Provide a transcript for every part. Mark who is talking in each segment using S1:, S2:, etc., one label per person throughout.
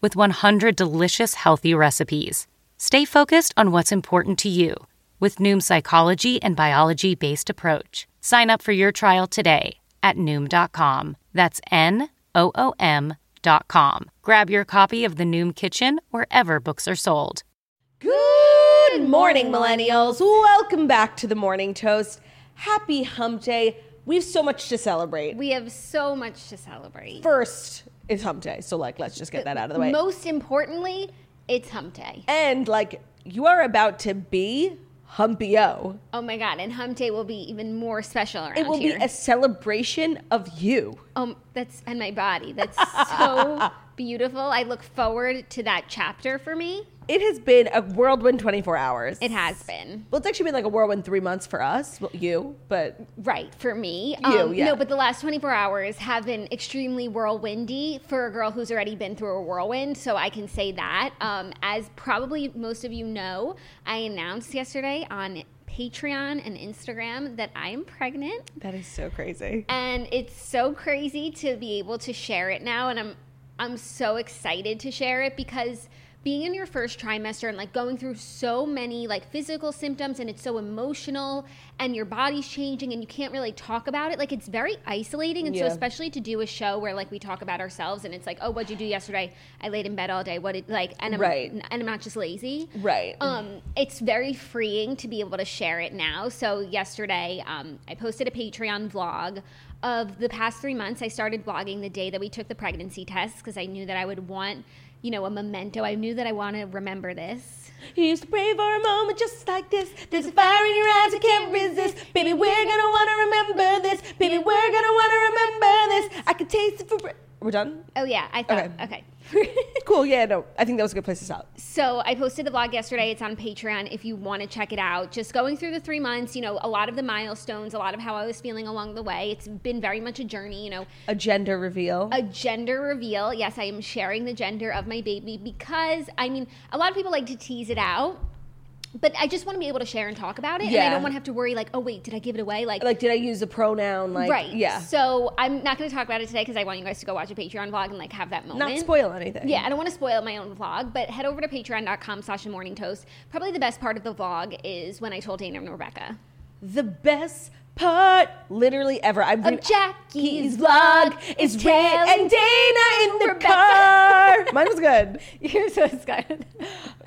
S1: with 100 delicious healthy recipes. Stay focused on what's important to you with Noom's psychology and biology based approach. Sign up for your trial today at Noom.com. That's N O O M.com. Grab your copy of The Noom Kitchen wherever books are sold.
S2: Good morning, millennials. Welcome back to the Morning Toast. Happy Hump Day. We have so much to celebrate.
S3: We have so much to celebrate.
S2: First is Hump Day, so like, let's just get that out of the way.
S3: Most importantly, it's Hump Day.
S2: and like, you are about to be Humpio.
S3: Oh my God! And Hump Day will be even more special around
S2: It will
S3: here.
S2: be a celebration of you.
S3: um, that's and my body. That's so beautiful. I look forward to that chapter for me.
S2: It has been a whirlwind 24 hours.
S3: It has been
S2: Well, it's actually been like a whirlwind three months for us, well, you, but
S3: right for me. Um,
S2: You, yeah.
S3: No, but the last 24 hours have been extremely whirlwindy for a girl who's already been through a whirlwind. So I can say that. Um, as probably most of you know, I announced yesterday on Patreon and Instagram that I am pregnant.
S2: that is so crazy.
S3: and it's so crazy to be able to share it now and i'm i'm so excited to share it because being in your first trimester and like going through so many like physical symptoms and it's so emotional and your body's changing and you can't really talk about it like it's very isolating and so
S2: Yeah.
S3: especially to do a show where like we talk about ourselves and it's like oh what'd you do yesterday i laid in bed all day what did like and i'm
S2: Right.
S3: and i'm not just lazy
S2: Right.
S3: um, it's very freeing to be able to share it now. So yesterday, um, I posted a Patreon vlog of the past three months. I started vlogging the day that we took the pregnancy test because I knew that I would want, you know, a memento. I knew that I want to remember this.
S2: You used to pray for a moment just like this. There's a fire in your eyes I can't resist. Baby, we're gonna wanna remember this. Baby, we're gonna wanna remember this. I can taste it for. br- We're done.
S3: Oh yeah, I thought
S2: Okay.
S3: okay.
S2: Cool. Yeah. No. I think that was a good place to stop.
S3: So I posted the vlog yesterday. It's on Patreon if you want to check it out. Just going through the three months, you know, a lot of the milestones, a lot of how I was feeling along the way. It's been very much a journey, you know.
S2: A gender reveal.
S3: a gender reveal. Yes, I am sharing the gender of my baby because I mean, a lot of people like to tease it out, but I just want to be able to share and talk about it, and
S2: Yeah.
S3: I don't want to have to worry like, oh wait, did I give it away? Like,
S2: like, did I use a pronoun? Like,
S3: right?
S2: Yeah.
S3: So I'm not going to talk about it today because I want you guys to go watch a Patreon vlog and like have that moment.
S2: Not spoil anything.
S3: Yeah, I don't want to spoil my own vlog, but head over to patreon.com slash the morning toast. Probably the best part of the vlog is when I told Dana and Rebecca.
S2: The best part, literally ever. I'm
S3: Of
S2: Jackie's
S3: Jackie's
S2: vlog is Ray
S3: Taylor
S2: and Dana in the
S3: Rebecca.
S2: car. Mine was good.
S3: You're so excited.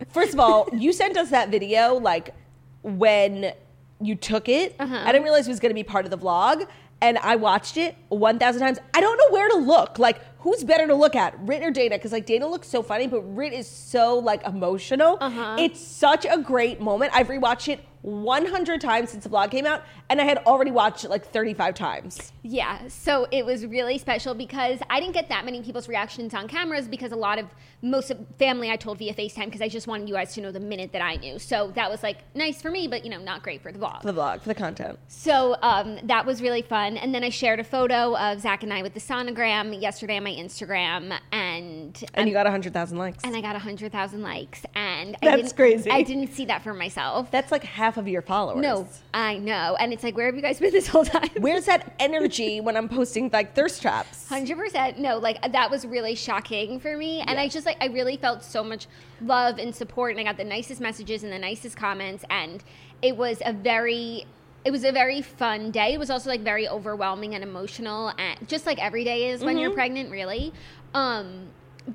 S2: First of all, you sent us that video like when you took it.
S3: Uh-huh.
S2: I didn't realize it was going to be part of the vlog, and I watched it one thousand times. I don't know where to look. Like, who's better to look at, Rit or Dana? Because like Dana looks so funny, but Rit is so like emotional.
S3: Uh-huh.
S2: It's such a great moment. I've rewatched it. 100 times since the vlog came out, and I had already watched it like 35 times.
S3: Yeah, so it was really special because I didn't get that many people's reactions on cameras because a lot of most of family I told via FaceTime because I just wanted you guys to know the minute that I knew. So that was like nice for me, but you know, not great for the vlog.
S2: For the vlog, for the content.
S3: So um, that was really fun. And then I shared a photo of Zach and I with the sonogram yesterday on my Instagram, and
S2: And you got 100,000 likes.
S3: and I got hundred thousand likes. And I
S2: That's
S3: didn't,
S2: crazy.
S3: I didn't see that for myself.
S2: That's like half of your followers.
S3: no, I know. And it's like, where have you guys been this whole time?
S2: Where's that energy when I'm posting like thirst traps?
S3: Hundred percent. No, like that was really shocking for me, and I just like I really felt so much love and support, and I got the nicest messages and the nicest comments, and it was a very, it was a very fun day. It was also like very overwhelming and emotional, and just like every day is when you're pregnant, really. Um,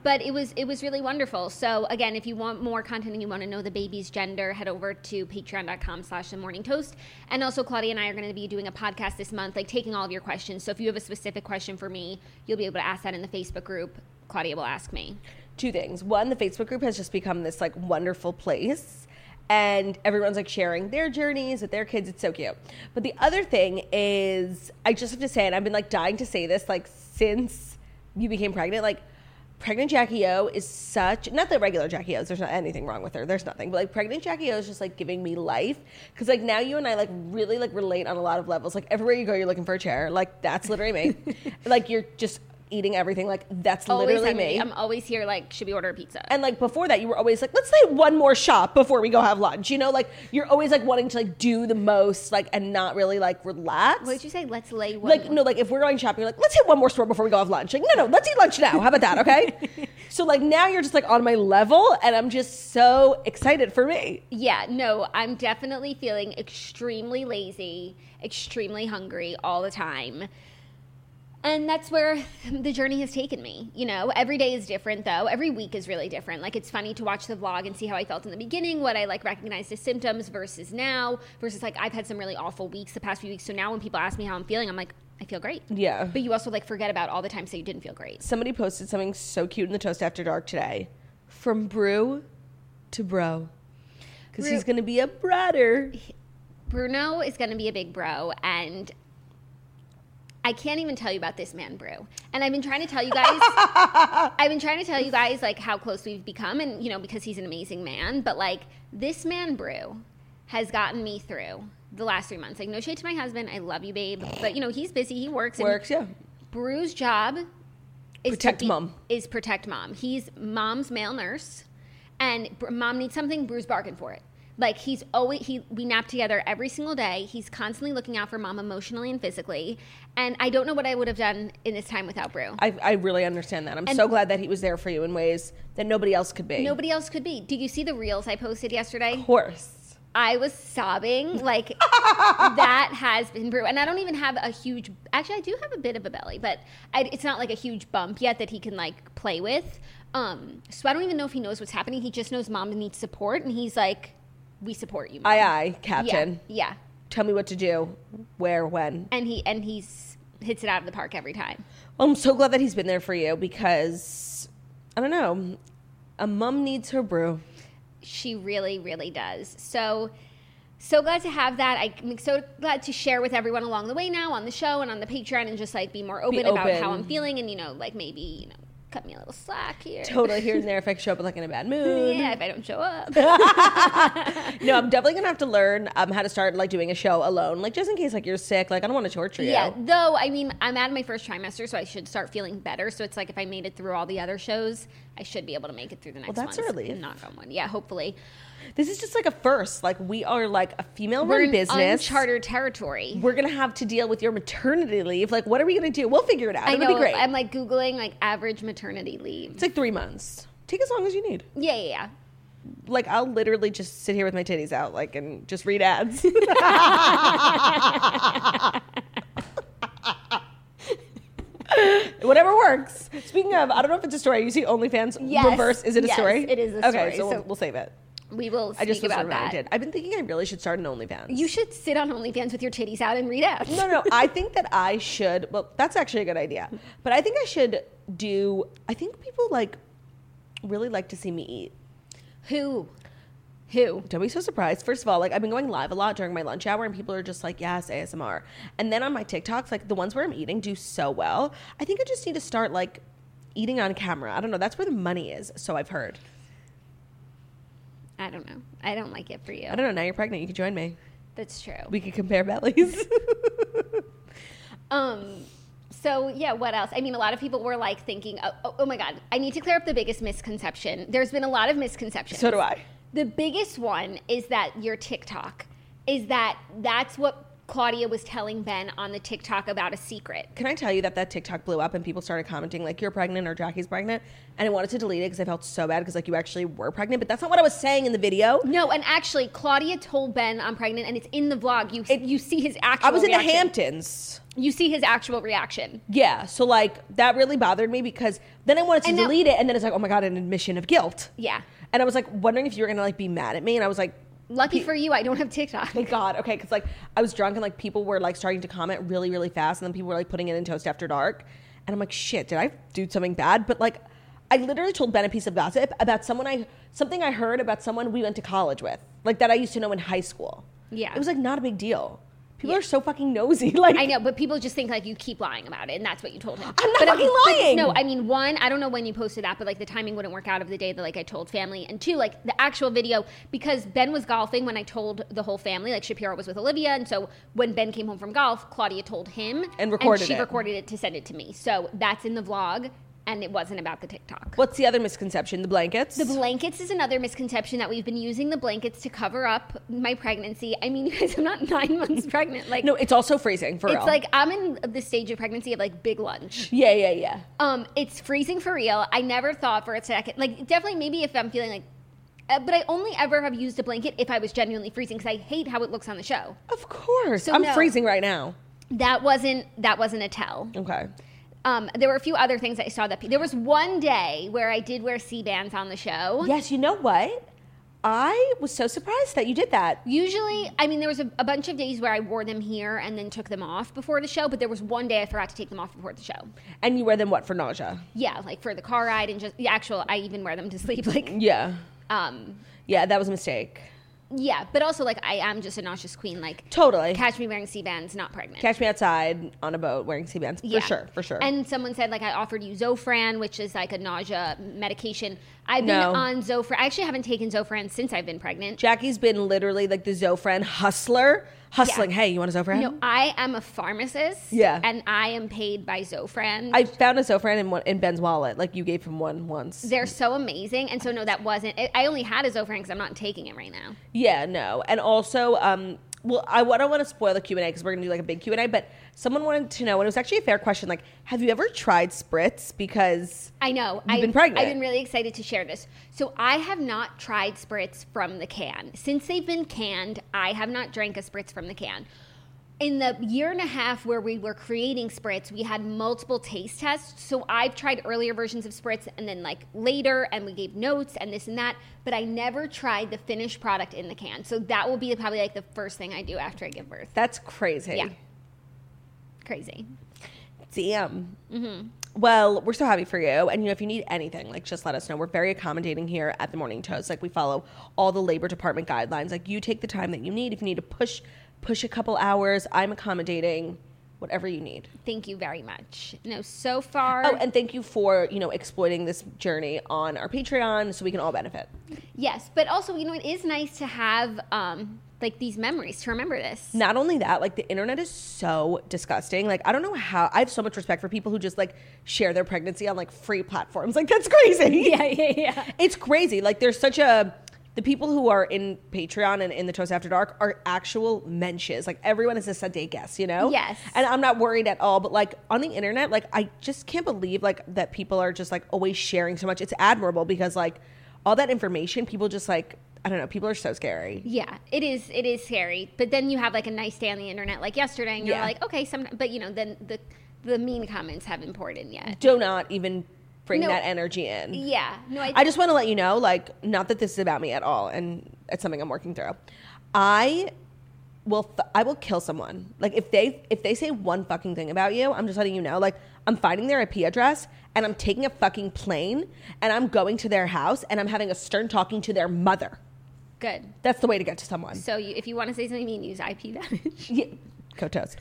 S3: but it was it was really wonderful. So again, if you want more content and you want to know the baby's gender, head over to patreon.com slash the morning toast. And also Claudia and I are gonna be doing a podcast this month, like taking all of your questions. So if you have a specific question for me, you'll be able to ask that in the Facebook group. Claudia will ask me.
S2: two things. One, the Facebook group has just become this like wonderful place. And everyone's like sharing their journeys with their kids. It's so cute. But the other thing is, I just have to say, and I've been like dying to say this, like since you became pregnant, like pregnant Jackie O is such not that regular Jackie O's. There's not anything wrong with her. There's nothing. But like pregnant Jackie O is just like giving me life because like now you and I like really like relate on a lot of levels. Like everywhere you go, you're looking for a chair. Like that's literally me. like you're just eating everything. Like that's literally
S3: always
S2: me.
S3: I'm always here like, should we order a pizza?
S2: And like before that, you were always like, let's say one more shop before we go have lunch. You know, like you're always like wanting to like do the most, like and not really like relax.
S3: what did you say? Let's lay one
S2: like no, like if we're going shopping, you're like, let's hit one more store before we go have lunch. Like, no, no, let's eat lunch now. How about that? Okay. so like now you're just like on my level, and I'm just so excited for me.
S3: Yeah, no, I'm definitely feeling extremely lazy, extremely hungry all the time. And that's where the journey has taken me. You know, every day is different though. Every week is really different. Like it's funny to watch the vlog and see how I felt in the beginning, what I like recognized as symptoms versus now versus like I've had some really awful weeks the past few weeks. So now when people ask me how I'm feeling, I'm like, I feel great.
S2: Yeah.
S3: But you also like forget about all the times that you didn't feel great.
S2: Somebody posted something so cute in the Toast After Dark today, from brew to bro, because
S3: Brew-
S2: he's gonna be a brother.
S3: Bruno is going to be a big bro, and I can't even tell you about this man, Brew. And I've been trying to tell you guys, I've been trying to tell you guys like how close we've become, and you know because he's an amazing man. But like this man, Brew, has gotten me through the last three months. Like no shade to my husband, I love you, babe, but you know he's busy, he works, and
S2: Works, yeah.
S3: Brew's job is to
S2: Protect
S3: be-
S2: mom.
S3: Is protect mom. He's mom's male nurse, and Br- mom needs something. Brew's barking for it. Like he's always he we nap together every single day. He's constantly looking out for mom emotionally and physically. And I don't know what I would have done in this time without Brew.
S2: I, I really understand that. I'm so glad that he was there for you in ways that nobody else could be.
S3: Nobody else could be. Did you see the reels I posted yesterday?
S2: horse.
S3: I was sobbing. Like that has been Brew, and I don't even have a huge. Actually, I do have a bit of a belly, but I, it's not like a huge bump yet that he can like play with. Um, so I don't even know if he knows what's happening. He just knows mom needs support, and he's like, "We support you, mom."
S2: Aye, aye,
S3: yeah,
S2: Captain.
S3: yeah.
S2: Tell me what to do, where, when.
S3: And he and he's hits it out of the park every time.
S2: I'm so glad that he's been there for you because I don't know. A mum needs her brew.
S3: She really, really does. So, so glad to have that. I'm so glad to share with everyone along the way now on the show and on the Patreon and just like be more open, about
S2: open.
S3: how I'm feeling and, you know, like maybe, you know, cut me a little slack here.
S2: Totally here and there if I show up like in a bad mood.
S3: Yeah, if I don't show up.
S2: No, I'm definitely gonna have to learn um, how to start like doing a show alone, like just in case like you're sick. Like I don't want to torture you.
S3: yeah, though, I mean, I'm out of my first trimester, so I should start feeling better. So it's like if I made it through all the other shows, I should be able to make it through the next
S2: that's a
S3: ones.
S2: relief.
S3: Knock on one. Yeah, hopefully.
S2: This is just like a first. Like we are like a female
S3: We're
S2: run
S3: in
S2: business.
S3: uncharted territory.
S2: We're gonna have to deal with your maternity leave. Like what are we gonna do? We'll figure it out.
S3: I
S2: It'll
S3: know.
S2: be great.
S3: I'm like Googling like average maternity leave.
S2: It's like three months. Take as long as you need.
S3: Yeah, yeah, yeah.
S2: Like I'll literally just sit here with my titties out, like, and just read ads. Whatever works. Speaking of, I don't know if it's a story. You see OnlyFans
S3: Yes.
S2: reverse. Is it a
S3: Yes,
S2: story?
S3: it is a
S2: Okay,
S3: story.
S2: so,
S3: So-
S2: we'll, we'll save it.
S3: We will speak
S2: I just was
S3: about
S2: reminded.
S3: that.
S2: I've been thinking I really should start an OnlyFans.
S3: You should sit on OnlyFans with your titties out and read out.
S2: No, no. I think that I should. Well, that's actually a good idea. But I think I should do. I think people like really like to see me eat.
S3: Who? Who?
S2: Don't be so surprised. First of all, like I've been going live a lot during my lunch hour, and people are just like, "Yes, ASMR." And then on my TikToks, like the ones where I'm eating do so well. I think I just need to start like eating on camera. I don't know. That's where the money is. So I've heard.
S3: I don't know. I don't like it for you.
S2: I don't know. Now you're pregnant. You could join me.
S3: That's true.
S2: We could compare bellies.
S3: Um. So yeah, what else? I mean, a lot of people were like thinking, oh, oh, oh my god, I need to clear up the biggest misconception. There's been a lot of misconceptions.
S2: so do I.
S3: The biggest one is that your TikTok is that that's what Claudia was telling Ben on the TikTok about a secret.
S2: Can I tell you that that TikTok blew up and people started commenting like you're pregnant or Jackie's pregnant, and I wanted to delete it because I felt so bad because like you actually were pregnant, but that's not what I was saying in the video.
S3: No, and actually, Claudia told Ben I'm pregnant, and it's in the vlog. You you see his actual.
S2: I was in the
S3: reaction.
S2: Hamptons.
S3: You see his actual reaction.
S2: Yeah. So like that really bothered me because then I wanted to
S3: And that-
S2: delete it, and then it's like, oh my god, an admission of guilt.
S3: Yeah.
S2: And I was like wondering if you were gonna like be mad at me, and I was like,
S3: Lucky for you, I don't have TikTok.
S2: thank God, okay, because like I was drunk and like people were like starting to comment really really fast, and then people were like putting it in toast after dark, and I'm like, shit, did I do something bad? But like. I literally told Ben a piece of gossip about someone I something I heard about someone we went to college with, like that I used to know in high school.
S3: Yeah.
S2: it was like not a big deal. People are so fucking nosy. Like
S3: I know, but people just think like you keep lying about it, and that's what you told him.
S2: I'm not
S3: but, um,
S2: fucking
S3: but
S2: lying!
S3: no, I mean, one, I don't know when you posted that, but like the timing wouldn't work out of the day that like I told family, and two, like the actual video because Ben was golfing when I told the whole family. Like Shapiro was with Olivia, and so when Ben came home from golf, Claudia told him
S2: And recorded
S3: she
S2: it.
S3: recorded it to send it to me. So that's in the vlog, and it wasn't about the TikTok.
S2: What's the other misconception? The blankets.
S3: The blankets is another misconception that we've been using the blankets to cover up my pregnancy. I mean, you guys, I'm not nine months pregnant. Like,
S2: no, it's also freezing for
S3: it's
S2: real.
S3: like I'm in the stage of pregnancy of like big lunch.
S2: yeah, yeah, yeah.
S3: Um, it's freezing for real. I never thought for a second, like definitely maybe if I'm feeling like, uh, but I only ever have used a blanket if I was genuinely freezing because I hate how it looks on the show.
S2: Of course.
S3: So
S2: I'm
S3: no.
S2: freezing right now.
S3: That wasn't that wasn't a tell.
S2: Okay.
S3: Um, there were a few other things I saw that pe- there was one day where I did wear C bands on the show.
S2: Yes, you know what? I was so surprised that you did that.
S3: Usually, I mean, there was a, a bunch of days where I wore them here and then took them off before the show, but there was one day I forgot to take them off before the show.
S2: And you wear them what for nausea?
S3: Yeah, like for the car ride and just the actual, I even wear them to sleep. Like,
S2: Yeah.
S3: um,
S2: Yeah, that was a mistake.
S3: Yeah, but also like I am just a nauseous queen. Like
S2: Totally.
S3: catch me wearing C bands, not pregnant.
S2: Catch me outside on a boat wearing sea bands.
S3: Yeah.
S2: For sure, for sure.
S3: And someone said like I offered you Zofran, which is like a nausea medication. I've
S2: No.
S3: been on Zofran. I actually haven't taken Zofran since I've been pregnant.
S2: Jackie's been literally like the Zofran hustler, hustling.
S3: Yeah.
S2: Hey, you want a Zofran?
S3: no, I am a pharmacist.
S2: Yeah.
S3: and I am paid by Zofran.
S2: I found a Zofran in, one, in Ben's wallet. Like you gave him one once.
S3: They're so amazing, and so no, that wasn't. I- I only had a Zofran because I'm not taking it right now.
S2: Yeah, no, and also, um, well, I, I don't want to spoil the Q and A because we're gonna do like a big Q and A. But someone wanted to know, and it was actually a fair question. Like, have you ever tried spritz? Because
S3: I know.
S2: You've
S3: I,
S2: been pregnant.
S3: I've been really excited to share this. So I have not tried spritz from the can since they've been canned. I have not drank a spritz from the can. In the year and a half where we were creating spritz, we had multiple taste tests. So I've tried earlier versions of spritz and then like later, and we gave notes and this and that. But I never tried the finished product in the can. So that will be probably like the first thing I do after I give birth.
S2: that's crazy.
S3: Yeah. Crazy.
S2: Damn. Well, we're so happy for you. And you know, if you need anything, like just let us know. We're very accommodating here at the Morning Toast. Like we follow all the labor department guidelines. Like you take the time that you need. If you need to push, push a couple hours. I'm accommodating. Whatever you need.
S3: Thank you very much. No, so far.
S2: Oh, and thank you for you know exploiting this journey on our Patreon, so we can all benefit.
S3: Yes, but also, you know, it is nice to have um, like these memories to remember this.
S2: Not only that, like the internet is so disgusting. Like I don't know how I have so much respect for people who just like share their pregnancy on like free platforms. Like that's crazy.
S3: Yeah, yeah, yeah.
S2: It's crazy. Like there's such a the people who are in Patreon and in the Toast After Dark are actual mensches. Like everyone is a Sunday guest, you know?
S3: Yes.
S2: And I'm not worried at all. But like on the internet, like I just can't believe like that people are just like always sharing so much. It's admirable because like all that information, people just like I don't know, people are so scary.
S3: Yeah, it is. It is scary, but then you have like a nice day on the internet, like yesterday, and you're
S2: Yeah.
S3: like, okay, some. But you know, then the the mean comments haven't poured in yet.
S2: do not even bring
S3: No.
S2: that energy in.
S3: Yeah, no, I,
S2: I just want to let you know, like, not that this is about me at all, and it's something I'm working through. I will, f- I will kill someone. Like, if they if they say one fucking thing about you, I'm just letting you know. Like, I'm finding their IP address, and I'm taking a fucking plane, and I'm going to their house, and I'm having a stern talking to their mother.
S3: good.
S2: That's the way to get to someone.
S3: So you, if you want to say something mean, use IP damage.
S2: Yeah. Go toes.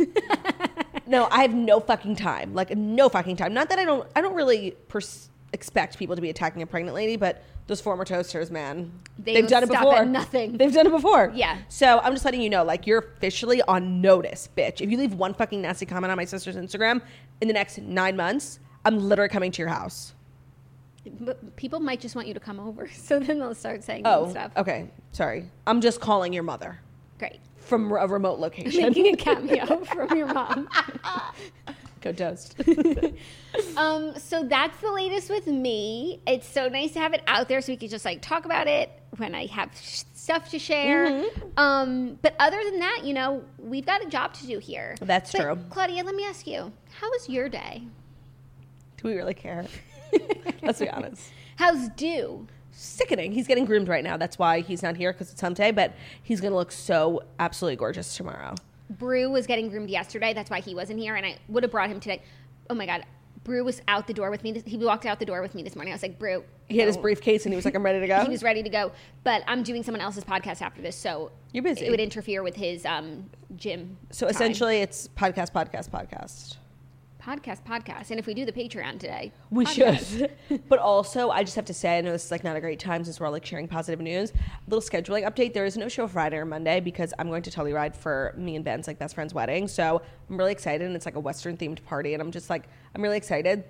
S2: no, I have no fucking time. Like no fucking time. Not that I don't. I don't really pers- expect people to be attacking a pregnant lady, but those former toasters, man,
S3: They
S2: they have
S3: will
S2: done it
S3: stop
S2: before.
S3: at nothing.
S2: They've done it before.
S3: Yeah.
S2: So I'm just letting you know, like you're officially on notice, bitch. If you leave one fucking nasty comment on my sister's Instagram in the next nine months, I'm literally coming to your house.
S3: but people might just want you to come over, so then they'll start saying mean
S2: Oh,
S3: stuff.
S2: okay. Sorry. I'm just calling your mother
S3: Great,
S2: from a remote location.
S3: making a cameo from your mom.
S2: Go toast.
S3: Um, so that's the latest with me. It's so nice to have it out there so we could just like talk about it. when I have sh- stuff to share.
S2: Mm-hmm.
S3: Um, but other than that, you know, we've got a job to do here.
S2: That's
S3: But,
S2: true.
S3: Claudia, let me ask you, how was your day?
S2: Do we really care? Let's be honest.
S3: How's do?
S2: Sickening. He's getting groomed right now. That's why he's not here because it's hump day, but he's going to look so absolutely gorgeous tomorrow.
S3: Brew was getting groomed yesterday. That's why he wasn't here, and I would have brought him today. Oh my god, Brew was out the door with me. This, he walked out the door with me this morning. I was like, Brew.
S2: He had his
S3: no.
S2: briefcase and he was like, I'm ready to go.
S3: He was ready to go, but I'm doing someone else's podcast after this, so
S2: You're busy.
S3: It would interfere with his um, gym.
S2: so
S3: time.
S2: essentially, it's podcast, podcast, podcast.
S3: podcast, podcast, and if we do the Patreon today,
S2: We
S3: podcast.
S2: should. but also, I just have to say, I know this is like not a great time since we're all like sharing positive news. little scheduling update: there is no show Friday or Monday because I'm going to Telluride for me and Ben's like best friend's wedding. So I'm really excited, and it's like a Western themed party, and I'm just like I'm really excited.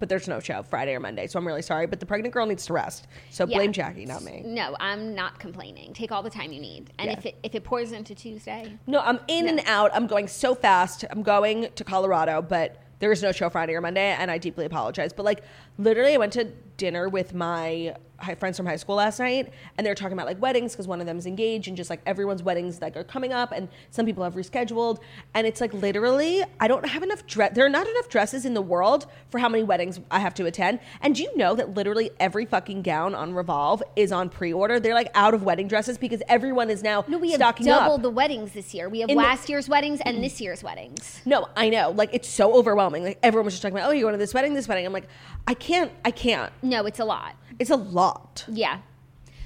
S2: But there's no show Friday or Monday, so I'm really sorry. But the pregnant girl needs to rest, so
S3: Yeah.
S2: blame Jackie, not me.
S3: No, I'm not complaining. Take all the time you need, and
S2: Yeah.
S3: if it if it pours into Tuesday,
S2: No, I'm in and out. I'm going so fast. I'm going to Colorado, but there is no show Friday or Monday, and I deeply apologize. But like, literally, I went to dinner with my hi- friends from high school last night, and they're talking about like weddings because one of them is engaged, and just like everyone's weddings like are coming up, and some people have rescheduled, and it's like literally, I don't have enough dress. There are not enough dresses in the world for how many weddings I have to attend. And do you know that literally every fucking gown on Revolve is on pre-order? They're like out of wedding dresses because everyone is now
S3: no, we have
S2: stocking up.
S3: double the weddings this year. We have
S2: In the-
S3: last year's weddings and this year's weddings.
S2: No, I know. Like it's so overwhelming. Like everyone was just talking about, oh, you're going to this wedding, this wedding. I'm like, I can't, I can't.
S3: No, it's a lot.
S2: It's a lot.
S3: Yeah.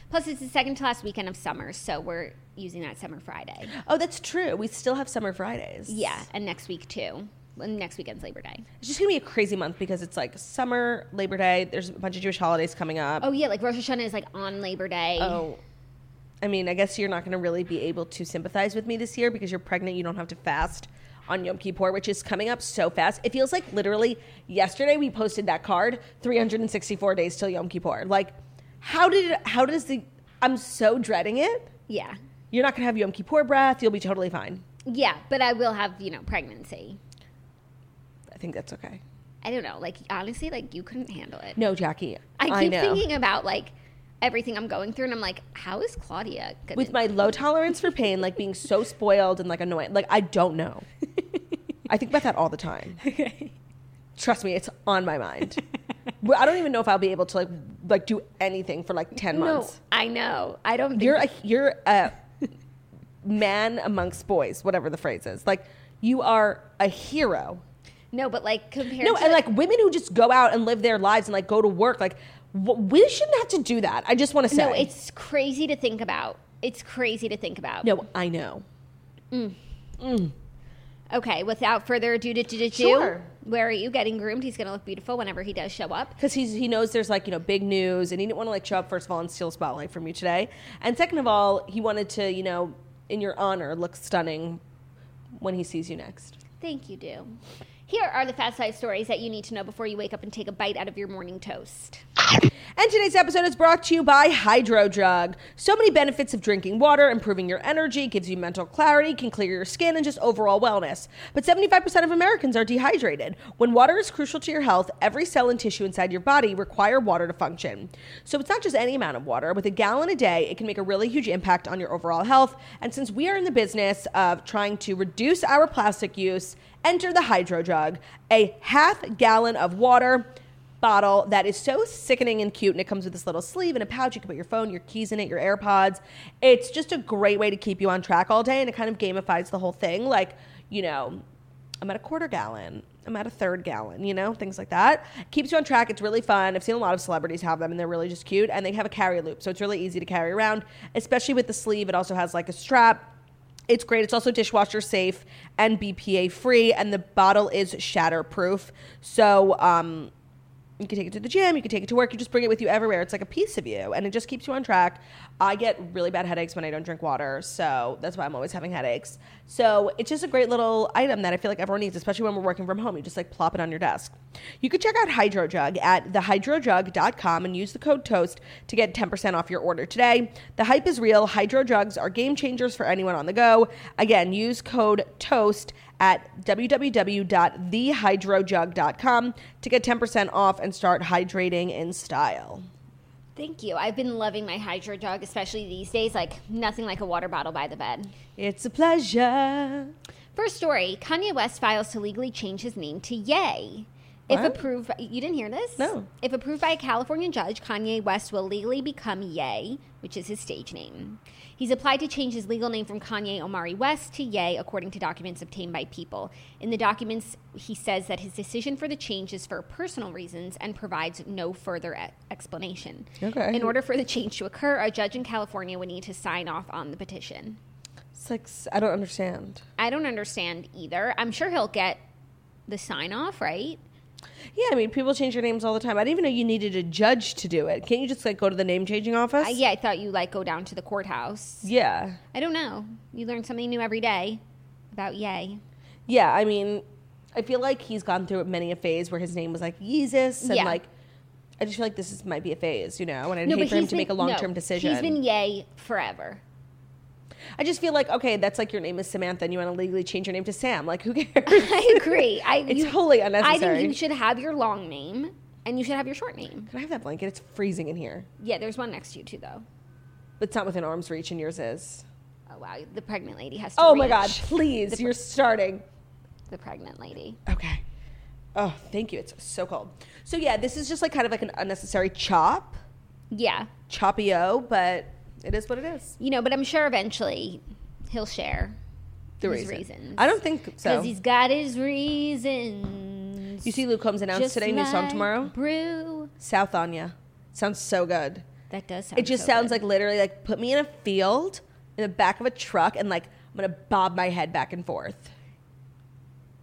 S3: Plus, it's the second to last weekend of summer, so we're using that summer Friday.
S2: Oh, that's true. We still have summer Fridays.
S3: Yeah, and next week too. And next weekend's Labor Day.
S2: It's just gonna be a crazy month because it's like summer, Labor Day. There's a bunch of Jewish holidays coming up.
S3: Oh yeah, like Rosh Hashanah is like on Labor Day.
S2: Oh. I mean, I guess you're not gonna really be able to sympathize with me this year because you're pregnant. You don't have to fast on Yom Kippur, which is coming up so fast. It feels like literally yesterday we posted that card, 364 days till Yom Kippur. Like, how did it, how does the I'm so dreading it.
S3: Yeah,
S2: You're not gonna have Yom Kippur breath. You'll be totally fine.
S3: yeah, but I will have you know pregnancy.
S2: I think that's okay.
S3: I don't know, like honestly, like you couldn't handle it.
S2: No, Jackie.
S3: I keep
S2: know.
S3: thinking about like everything I'm going through, and I'm like, how is Claudia gonna?
S2: with my low tolerance for pain, like being so spoiled and like annoying. Like I don't know. I think about that all the time. Trust me, it's on my mind. Well, I don't even know if I'll be able to like like do anything for like ten
S3: no,
S2: months.
S3: I know. I don't. Think
S2: You're a you're a man amongst boys, whatever the phrase is. Like you are a hero.
S3: no, but like compared
S2: No,
S3: to
S2: and like women who just go out and live their lives and like go to work, like wh- we shouldn't have to do that. I just want to say,
S3: no, it's crazy to think about. It's crazy to think about.
S2: no, I know.
S3: Okay, without further ado, do, do, do, do,
S2: Sure.
S3: where are you getting groomed? He's going to look beautiful whenever he does show up.
S2: because he's he knows there's like you know big news and he didn't want to like show up first of all and steal spotlight from you today and second of all he wanted to you know in your honor look stunning when he sees you next
S3: Thank you, Do. Here are the fast five stories that you need to know before you wake up and take a bite out of your morning toast.
S2: and today's episode is brought to you by hydro drug so many benefits of drinking water improving your energy gives you mental clarity can clear your skin and just overall wellness but 75% of americans are dehydrated when water is crucial to your health every cell and tissue inside your body require water to function so it's not just any amount of water with a gallon a day it can make a really huge impact on your overall health and since we are in the business of trying to reduce our plastic use enter the hydro drug a half gallon of water bottle that is so sickening and cute and it comes with this little sleeve and a pouch you can put your phone your keys in it your airpods it's just a great way to keep you on track all day and it kind of gamifies the whole thing like you know i'm at a quarter gallon i'm at a third gallon you know things like that keeps you on track it's really fun i've seen a lot of celebrities have them and they're really just cute and they have a carry loop so it's really easy to carry around especially with the sleeve it also has like a strap it's great. It's also dishwasher safe and BPA free, and the bottle is shatterproof. So um, you can take it to the gym, you can take it to work, you just bring it with you everywhere. It's like a piece of you, and it just keeps you on track. I get really bad headaches when I don't drink water, so that's why I'm always having headaches. So it's just a great little item that I feel like everyone needs, especially when we're working from home. You just like plop it on your desk. You can check out HydroJug at thehydrojug.com and use the code TOAST to get 10% off your order today. The hype is real. Hydro drugs are game changers for anyone on the go. Again, use code TOAST at www.thehydrojug.com to get 10% off and start hydrating in style.
S3: Thank you. I've been loving my Hydro Jug, especially these days. Like, nothing like a water bottle by the bed.
S2: It's a pleasure.
S3: First story Kanye West files to legally change his name to Ye. If
S2: What?
S3: approved, you didn't hear this?
S2: No.
S3: If approved by a California judge, Kanye West will legally become Ye, which is his stage name. He's applied to change his legal name from Kanye Omari West to Ye, according to documents obtained by People. In the documents, he says that his decision for the change is for personal reasons and provides no further e- explanation.
S2: Okay.
S3: In order for the change to occur, a judge in California would need to sign off on the petition.
S2: It's like s- I don't understand.
S3: I don't understand either. I'm sure he'll get the sign off, right?
S2: Yeah, I mean, people change their names all the time. I didn't even know you needed a judge to do it. Can't you just like go to the name changing office?
S3: I, yeah, I thought you like go down to the courthouse.
S2: Yeah.
S3: I don't know. You learn something new every day about yay.
S2: Yeah, I mean, I feel like he's gone through many a phase where his name was like Yeezus and
S3: Yeah.
S2: like I just feel like this is, might be a phase, you know, and I'd
S3: No,
S2: hate
S3: but
S2: for him
S3: he's
S2: to make a
S3: been-
S2: long
S3: no,
S2: term decision.
S3: He's been yay forever.
S2: I just feel like, okay, that's like your name is Samantha and you want to legally change your name to Sam. Like, who cares?
S3: I agree. I
S2: It's wholly
S3: I
S2: unnecessary.
S3: think you should have your long name and you should have your short name.
S2: Can I have that blanket? It's freezing in here.
S3: Yeah, there's one next to you too, though.
S2: It's not within arm's reach, and yours is.
S3: Oh wow, the pregnant lady has to.
S2: Oh my God,
S3: reach.
S2: please, you're starting.
S3: the pregnant lady.
S2: Okay. Oh, thank you. It's so cold. So, yeah, this is just like kind of like an unnecessary chop,
S3: Yeah,
S2: choppy O, but it is what it is.
S3: you know, but I'm sure eventually he'll share
S2: The
S3: His
S2: reason.
S3: reasons.
S2: I don't think so.
S3: because he's got his reasons.
S2: You see, Luke Combs announced
S3: Just
S2: today, new song
S3: like
S2: tomorrow.
S3: Brew.
S2: South Anya. Sounds so good.
S3: That does sound.
S2: It just
S3: so
S2: sounds like
S3: good.
S2: literally like put me in a field in the back of a truck and like I'm gonna bob my head back and forth.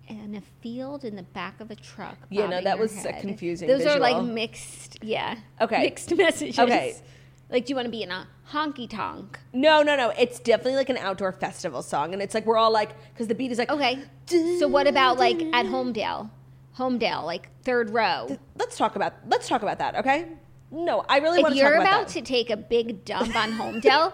S3: in a field in the back of a truck.
S2: Yeah, no,
S3: bobbing
S2: that
S3: your
S2: was a
S3: head.
S2: confusing
S3: Those are like
S2: visual.
S3: mixed. Yeah.
S2: Okay.
S3: Mixed messages.
S2: Okay.
S3: Like, do you want to be in a honky tonk?
S2: No, no, no. It's definitely like an outdoor festival song, and it's like we're all like because the beat is like
S3: Okay. So what about like at Homedale? Homedale, like third row.
S2: Let's talk about let's talk about that. Okay. No, I really
S3: If
S2: want to talk
S3: you're
S2: about,
S3: about,
S2: that.
S3: to take a big dump on Homedale,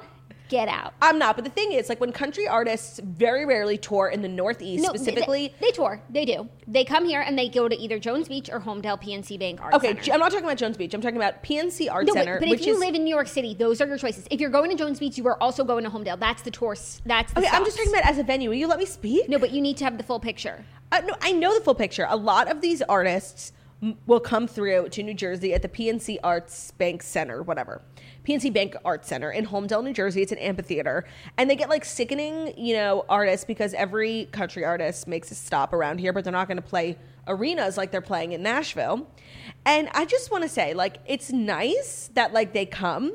S3: get out.
S2: I'm not, but the thing is, like when country artists very rarely tour in the Northeast,
S3: No, they-
S2: specifically
S3: they, tour. They do. They come here and they go to either Jones Beach or Homedale PNC Bank Art
S2: Okay,
S3: Center.
S2: I'm not talking about Jones Beach. I'm talking about PNC Art
S3: No,
S2: Center.
S3: but, but
S2: which
S3: if you
S2: is,
S3: live in New York City, those are your choices. If you're going to Jones Beach, you are also going to Homedale. That's the tour. s- That's the
S2: okay, I'm just
S3: stops.
S2: talking about as a venue. Will you let me speak?
S3: No, but you need to have the full picture.
S2: Uh, no, I know the full picture. A lot of these artists m- will come through to New Jersey at the PNC Arts Bank Center, whatever. PNC Bank Arts Center in Holmdel, New Jersey. It's an amphitheater. And they get like sickening, you know, artists because every country artist makes a stop around here, but they're not going to play arenas like they're playing in Nashville. And I just want to say, like, it's nice that like they come,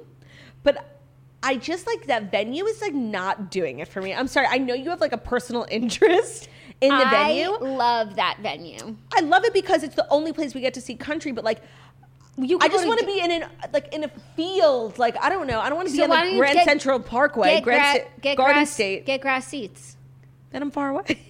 S2: but I just like that venue is like not doing it for me. I'm sorry. I know you have like a personal interest in the venue.
S3: I love that venue.
S2: I love it because it's the only place we get to see country, but like
S3: You
S2: I
S3: could go
S2: just want to
S3: J-
S2: be in an like in a field. Like I don't know. I don't want to
S3: So
S2: be
S3: why
S2: on
S3: don't
S2: the
S3: you
S2: Grand
S3: get-
S2: Central Parkway,
S3: get
S2: Grand
S3: gra-
S2: Sta-
S3: get
S2: Garden
S3: grass,
S2: State.
S3: Get grass seats.
S2: then I'm far away.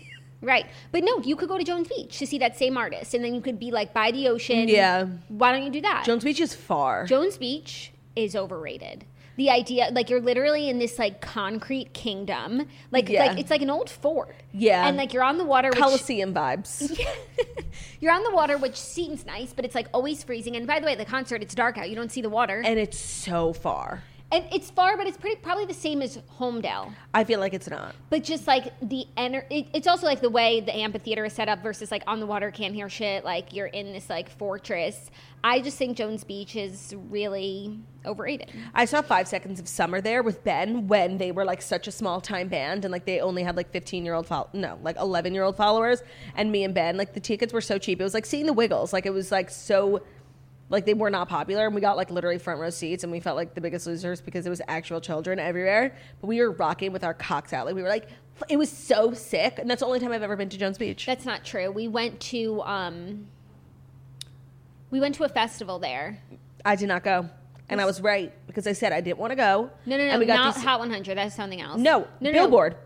S3: Right. But no, you could go to Jones Beach to see that same artist, and then you could be like by the ocean.
S2: Yeah.
S3: Why don't you do that?
S2: Jones Beach is far.
S3: Jones Beach is overrated. The idea, like you're literally in this like concrete kingdom, like
S2: Yeah.
S3: like it's like an old fort.
S2: Yeah.
S3: and like you're on the water. Which,
S2: Coliseum vibes.
S3: You're on the water, which seems nice, but it's like always freezing. And by the way, at the concert, it's dark out. You don't see the water, and,
S2: And it's so far.
S3: it's far, but it's pretty probably the same as Homedale.
S2: I feel like it's not.
S3: But just like the ener- it, it's also like the way the amphitheater is set up versus like on the water, can't hear shit. Like you're in this like fortress. I just think Jones Beach is really overrated.
S2: I saw five seconds of summer there with Ben when they were like such a small time band and like they only had like 15 year old fol- no like 11 year old followers and me and Ben like the tickets were so cheap it was like seeing the Wiggles like it was like so like they were not popular and we got like literally front row seats and we felt like the biggest losers because it was actual children everywhere but we were rocking with our cocks out like we were like it was so sick and that's the only time I've ever been to Jones Beach
S3: That's not true. We went to um we went to a festival there.
S2: I did not go and I was right because I said I didn't want to go
S3: No, no, no,
S2: and we got
S3: not
S2: these-
S3: Hot 100. That's something else.
S2: no, Billboard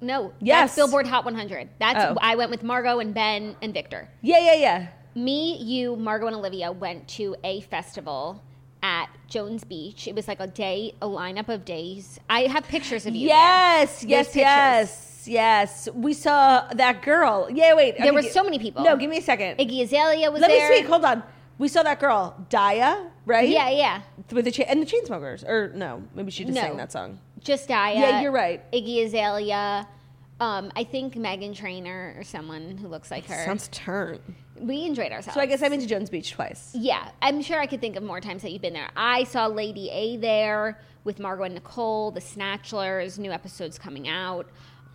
S3: No, no
S2: Yes.
S3: that's Billboard Hot 100. That's
S2: Oh.
S3: I went with Margot and Ben and Victor.
S2: yeah yeah yeah
S3: Me, you, Margot, and Olivia went to a festival at Jones Beach. It was like a day, a lineup of days. I have pictures of you. there.
S2: Yes, yes,
S3: pictures.
S2: yes, yes. We saw that girl. Yeah, wait.
S3: There
S2: okay,
S3: were
S2: gi-
S3: so many people.
S2: No, give me a second.
S3: Iggy Azalea was
S2: Let
S3: there.
S2: me speak. Hold on. we saw that girl Daya, right?
S3: Yeah, yeah.
S2: With the cha- and the Chainsmokers, or no, maybe she just
S3: No.
S2: sang that song.
S3: Just Daya.
S2: Yeah, you're right.
S3: Iggy Azalea. Um, I think Megan Trainer or someone who looks like her.
S2: Sounds turn.
S3: we enjoyed ourselves.
S2: So I guess I've been to Jones Beach twice.
S3: Yeah, I'm sure I could think of more times that you've been there. I saw Lady A there with Margot and Nicole, the Snatchlers, new episodes coming out.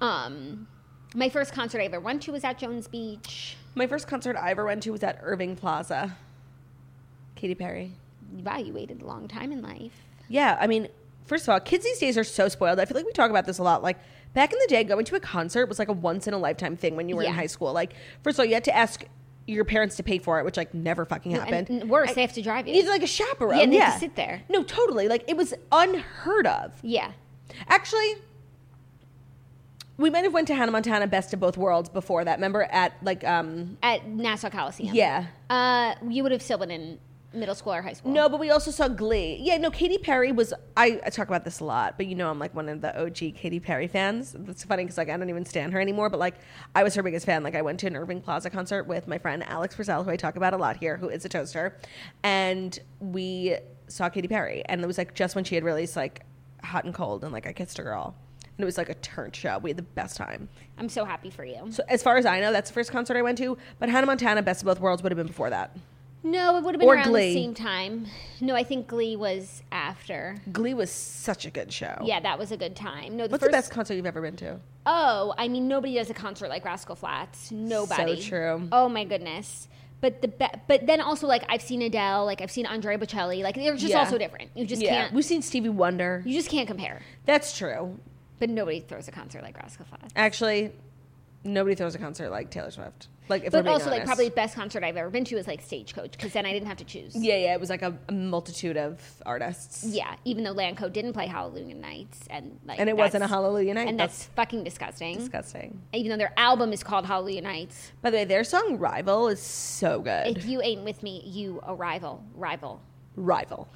S3: Um, my first concert I ever went to was at Jones Beach.
S2: My first concert I ever went to was at Irving Plaza. Katy Perry.
S3: Wow, you waited a long time in life.
S2: Yeah, I mean, first of all, kids these days are so spoiled. I feel like we talk about this a lot. Like back in the day, going to a concert was like a once in a lifetime thing when you were in
S3: Yeah.
S2: high school. Like first of all, you had to ask your parents to pay for it, which like never fucking happened.
S3: And, and worse, they have to drive
S2: It's
S3: you.
S2: like a chaperone.
S3: Yeah, they have to sit there.
S2: No, totally. Like it was unheard of.
S3: Yeah.
S2: Actually, we might have went to Hannah Montana Best of Both Worlds before that. Remember at like um
S3: At Nassau Coliseum.
S2: yeah.
S3: Uh, you would have still been in middle school or high school.
S2: No, but we also saw Glee. Yeah, no, Katy Perry was. I, I talk about this a lot, but you know, I'm like one of the OG Katy Perry fans. It's funny because like I don't even stand her anymore, but like I was her biggest fan. Like I went to an Irving Plaza concert with my friend Alex Purcell, who I talk about a lot here, who is a toaster, and we saw Katy Perry, and it was like just when she had released like Hot and Cold and like I Kissed a Girl, and it was like a turn show. We had the best time.
S3: I'm so happy for you.
S2: So as far as I know, that's the first concert I went to. But Hannah Montana, Best of Both Worlds, would have been before that.
S3: No, it would have been
S2: Or
S3: around
S2: Glee.
S3: the same time. No, I think Glee was after.
S2: Glee was such a good show.
S3: Yeah, that was a good time. No, the
S2: What's
S3: first
S2: the best concert you've ever been to?
S3: Oh, I mean, nobody does a concert like Rascal Flats. Nobody.
S2: So true.
S3: Oh my goodness. But the be- but then also like I've seen Adele, like I've seen Andrea Bocelli, like they're just
S2: Yeah.
S3: all so different. You just can't.
S2: We've seen Stevie Wonder.
S3: you just can't compare.
S2: That's true.
S3: But nobody throws a concert like Rascal Flats.
S2: Actually, nobody throws a concert like Taylor Swift. Like, if we're
S3: But
S2: being
S3: also like
S2: honest.
S3: probably the best concert I've ever been to is like Stagecoach because then I didn't have to choose.
S2: Yeah, yeah. It was like a, a multitude of artists.
S3: Yeah, even though Lanco didn't play Hallelujah Nights and like
S2: And it
S3: that's-
S2: wasn't a Hallelujah night.
S3: And that's,
S2: that's,
S3: fucking disgusting.
S2: disgusting.
S3: Even though their album is called Hallelujah Nights.
S2: By the way, their song "Rival" is so good.
S3: If you ain't with me, you a rival. Rival.
S2: "Rival,"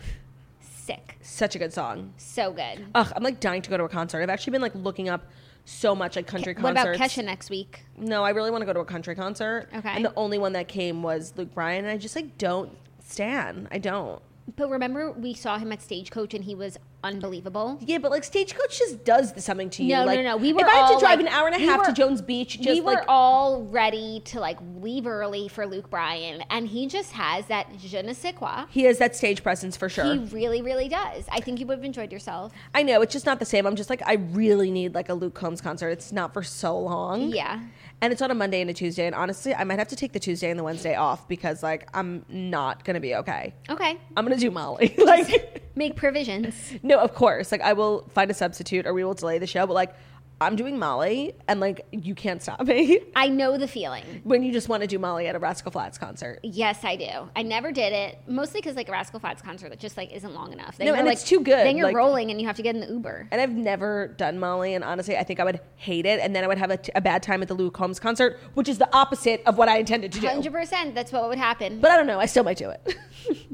S3: Sick.
S2: such a good song.
S3: So good.
S2: Ugh, I'm like dying to go to a concert. I've actually been like looking up so much like country
S3: What about
S2: concerts.
S3: Kesha next week?
S2: No, I really want to go to a country concert.
S3: Okay.
S2: And the only one that came was Luke Bryan, and I just like don't stan. I don't.
S3: But remember, we saw him at Stagecoach and he was unbelievable.
S2: Yeah, but like Stagecoach just does something to you.
S3: No, no,
S2: like,
S3: no, we were
S2: if I had
S3: all,
S2: to drive
S3: like-
S2: an hour and a
S3: we
S2: half
S3: were-
S2: to Jones Beach, just
S3: we were
S2: like
S3: all ready to like leave early for Luke Bryan, and he just has that je ne sais quoi.
S2: he has that stage presence for sure.
S3: He really, really does. I think you would have enjoyed yourself.
S2: I know it's just not the same. I'm just like I really need like a Luke Combs concert. It's not for so long.
S3: Yeah.
S2: And it's on a Monday and a Tuesday, and honestly, I might have to take the Tuesday and the Wednesday off because like I'm not gonna be okay.
S3: Okay.
S2: I'm gonna do Molly. like,
S3: Make provisions.
S2: no, of course. Like I will find a substitute, or we will delay the show. But like, I'm doing Molly, and like you can't stop me
S3: I know the feeling.
S2: when you just want to do Molly at a Rascal Flats concert.
S3: Yes, I do. I never did it, mostly because like a Rascal Flatts concert that just like isn't long enough. Then
S2: No,
S3: you're,
S2: and
S3: like,
S2: it's too good,
S3: Then you're
S2: like-
S3: rolling and you have to get in the Uber.
S2: And I've never done Molly, and honestly, I think I would hate it, and then I would have a, t- a bad time at the Luke Combs concert, which is the opposite of what I intended to do.
S3: Hundred percent. That's what would happen.
S2: But I don't know. I still might do it.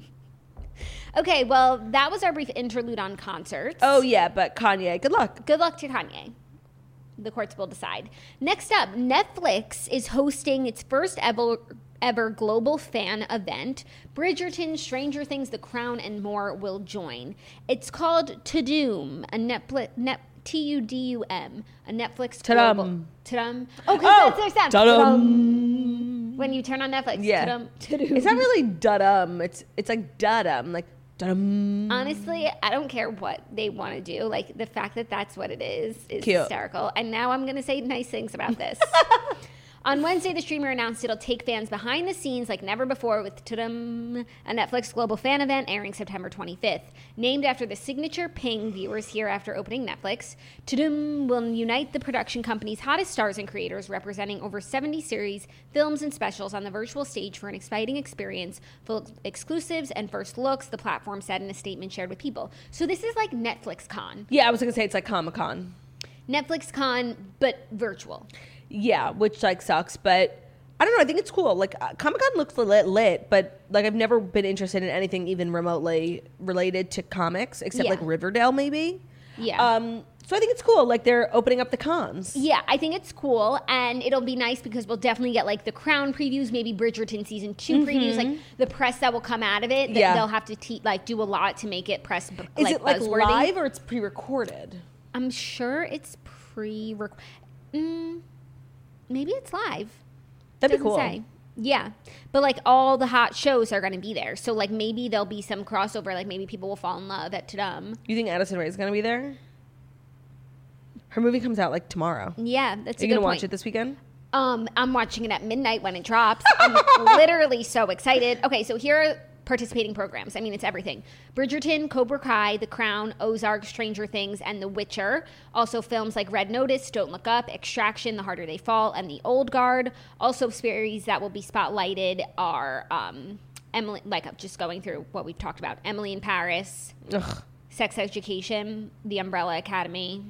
S3: okay, well, that was our brief interlude on concerts.
S2: oh yeah, but Kanye, good luck.
S3: Good luck to Kanye. The courts will decide. Next up, Netflix is hosting its first ever ever global fan event. Bridgerton, Stranger Things, The Crown, and more will join. It's called To Doom, a Netflix net T U D U M, a Netflix
S2: Ta-dum.
S3: global. Ta-dum. Oh, 'cause
S2: Oh,
S3: that's their sound.
S2: ta-dum.
S3: When you turn on Netflix,
S2: Yeah.
S3: ta-dum, ta-doom.
S2: It's not really dudum. It's it's like dudum, like dudum.
S3: Honestly, I don't care what they want to do. Like the fact that that's what it is is
S2: Cute.
S3: hysterical. And now I'm going to say nice things about this. On Wednesday, the streamer announced it'll take fans behind the scenes like never before with Tudum, a Netflix global fan event airing September 25th. Named after the signature ping viewers hear after opening Netflix, Tudum will unite the production company's hottest stars and creators, representing over 70 series, films, and specials on the virtual stage for an exciting experience full of exclusives and first looks, the platform said in a statement shared with people. So this is like Netflix Con.
S2: Yeah, I was gonna say it's like Comic Con.
S3: Netflix Con, but virtual.
S2: Yeah, which like sucks, but I don't know. I think it's cool. Like uh, Comic Con looks lit, lit, but like I've never been interested in anything even remotely related to comics, except
S3: Yeah.
S2: like Riverdale, maybe.
S3: Yeah.
S2: Um, So I think it's cool. Like they're opening up the cons.
S3: Yeah, I think it's cool, and it'll be nice because we'll definitely get like the Crown previews, maybe Bridgerton season 2 previews, like the press that will come out of it. That
S2: Mm-hmm. Yeah.
S3: they'll have to te- like do a lot to make it press. bu-
S2: Is it like
S3: buzzworthy.
S2: live or it's pre-recorded?
S3: I'm sure it's pre. Mm, maybe it's live.
S2: That'd be
S3: Doesn't
S2: cool.
S3: say. Yeah, but like all the hot shows are going to be there, so like maybe there'll be some crossover. Like maybe people will fall in love at um, Tudum.
S2: You think Addison Rae's gonna be there? Her movie comes out like tomorrow.
S3: Yeah,
S2: Are
S3: that's Mm, a
S2: you
S3: good
S2: gonna
S3: point.
S2: watch it this weekend?
S3: Um, I'm watching it at midnight when it drops. I'm literally so excited. Okay, so here are participating programs. I mean, it's everything Bridgerton, Cobra Kai, The Crown, Ozark, Stranger Things, and The Witcher. Also, films like Red Notice, Don't Look Up, Extraction, The Harder They Fall, and The Old Guard. Also, series that will be spotlighted are um, Emily, like I'm just going through what we've talked about Emily in Paris,
S2: Ugh.
S3: Sex Education, The Umbrella Academy,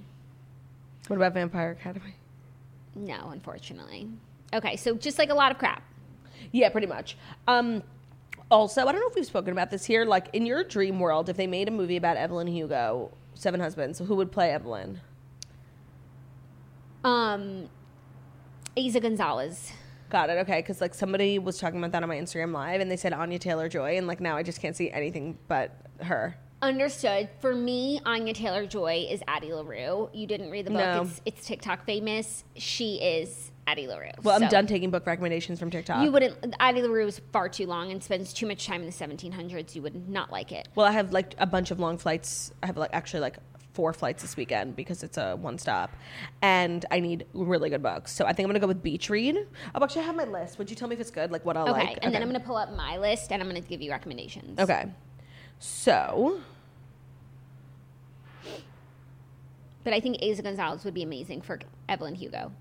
S2: What about Vampire Academy?
S3: no, unfortunately. Okay, so just like a lot of crap.
S2: Yeah, pretty much. Um, also, I don't know if we've spoken about this here. Like in your dream world, if they made a movie about Evelyn Hugo, Seven Husbands, who would play Evelyn?
S3: Um, Isa Gonzalez.
S2: Got it. Okay, because like somebody was talking about that on my Instagram live, and they said Anya Taylor Joy, and like now I just can't see anything but her.
S3: Understood. For me, Anya Taylor Joy is Addie LaRue. You didn't read the book.
S2: No.
S3: It's, it's TikTok famous. She is Addie LaRue.
S2: Well,
S3: So
S2: I'm done taking book recommendations from TikTok.
S3: You wouldn't. Addie LaRue is far too long and spends too much time in the 1700s. You would not like it.
S2: Well, I have like a bunch of long flights. I have like actually like four flights this weekend because it's a one stop, and I need really good books. So I think I'm gonna go with Beach Read. Oh, actually, I have my list. Would you tell me if it's good? Like what I
S3: Okay.
S2: like?
S3: and then I'm going to pull up my list and I'm going to give you recommendations.
S2: Okay, so
S3: But I think Isa Gonzalez would be amazing for Evelyn Hugo.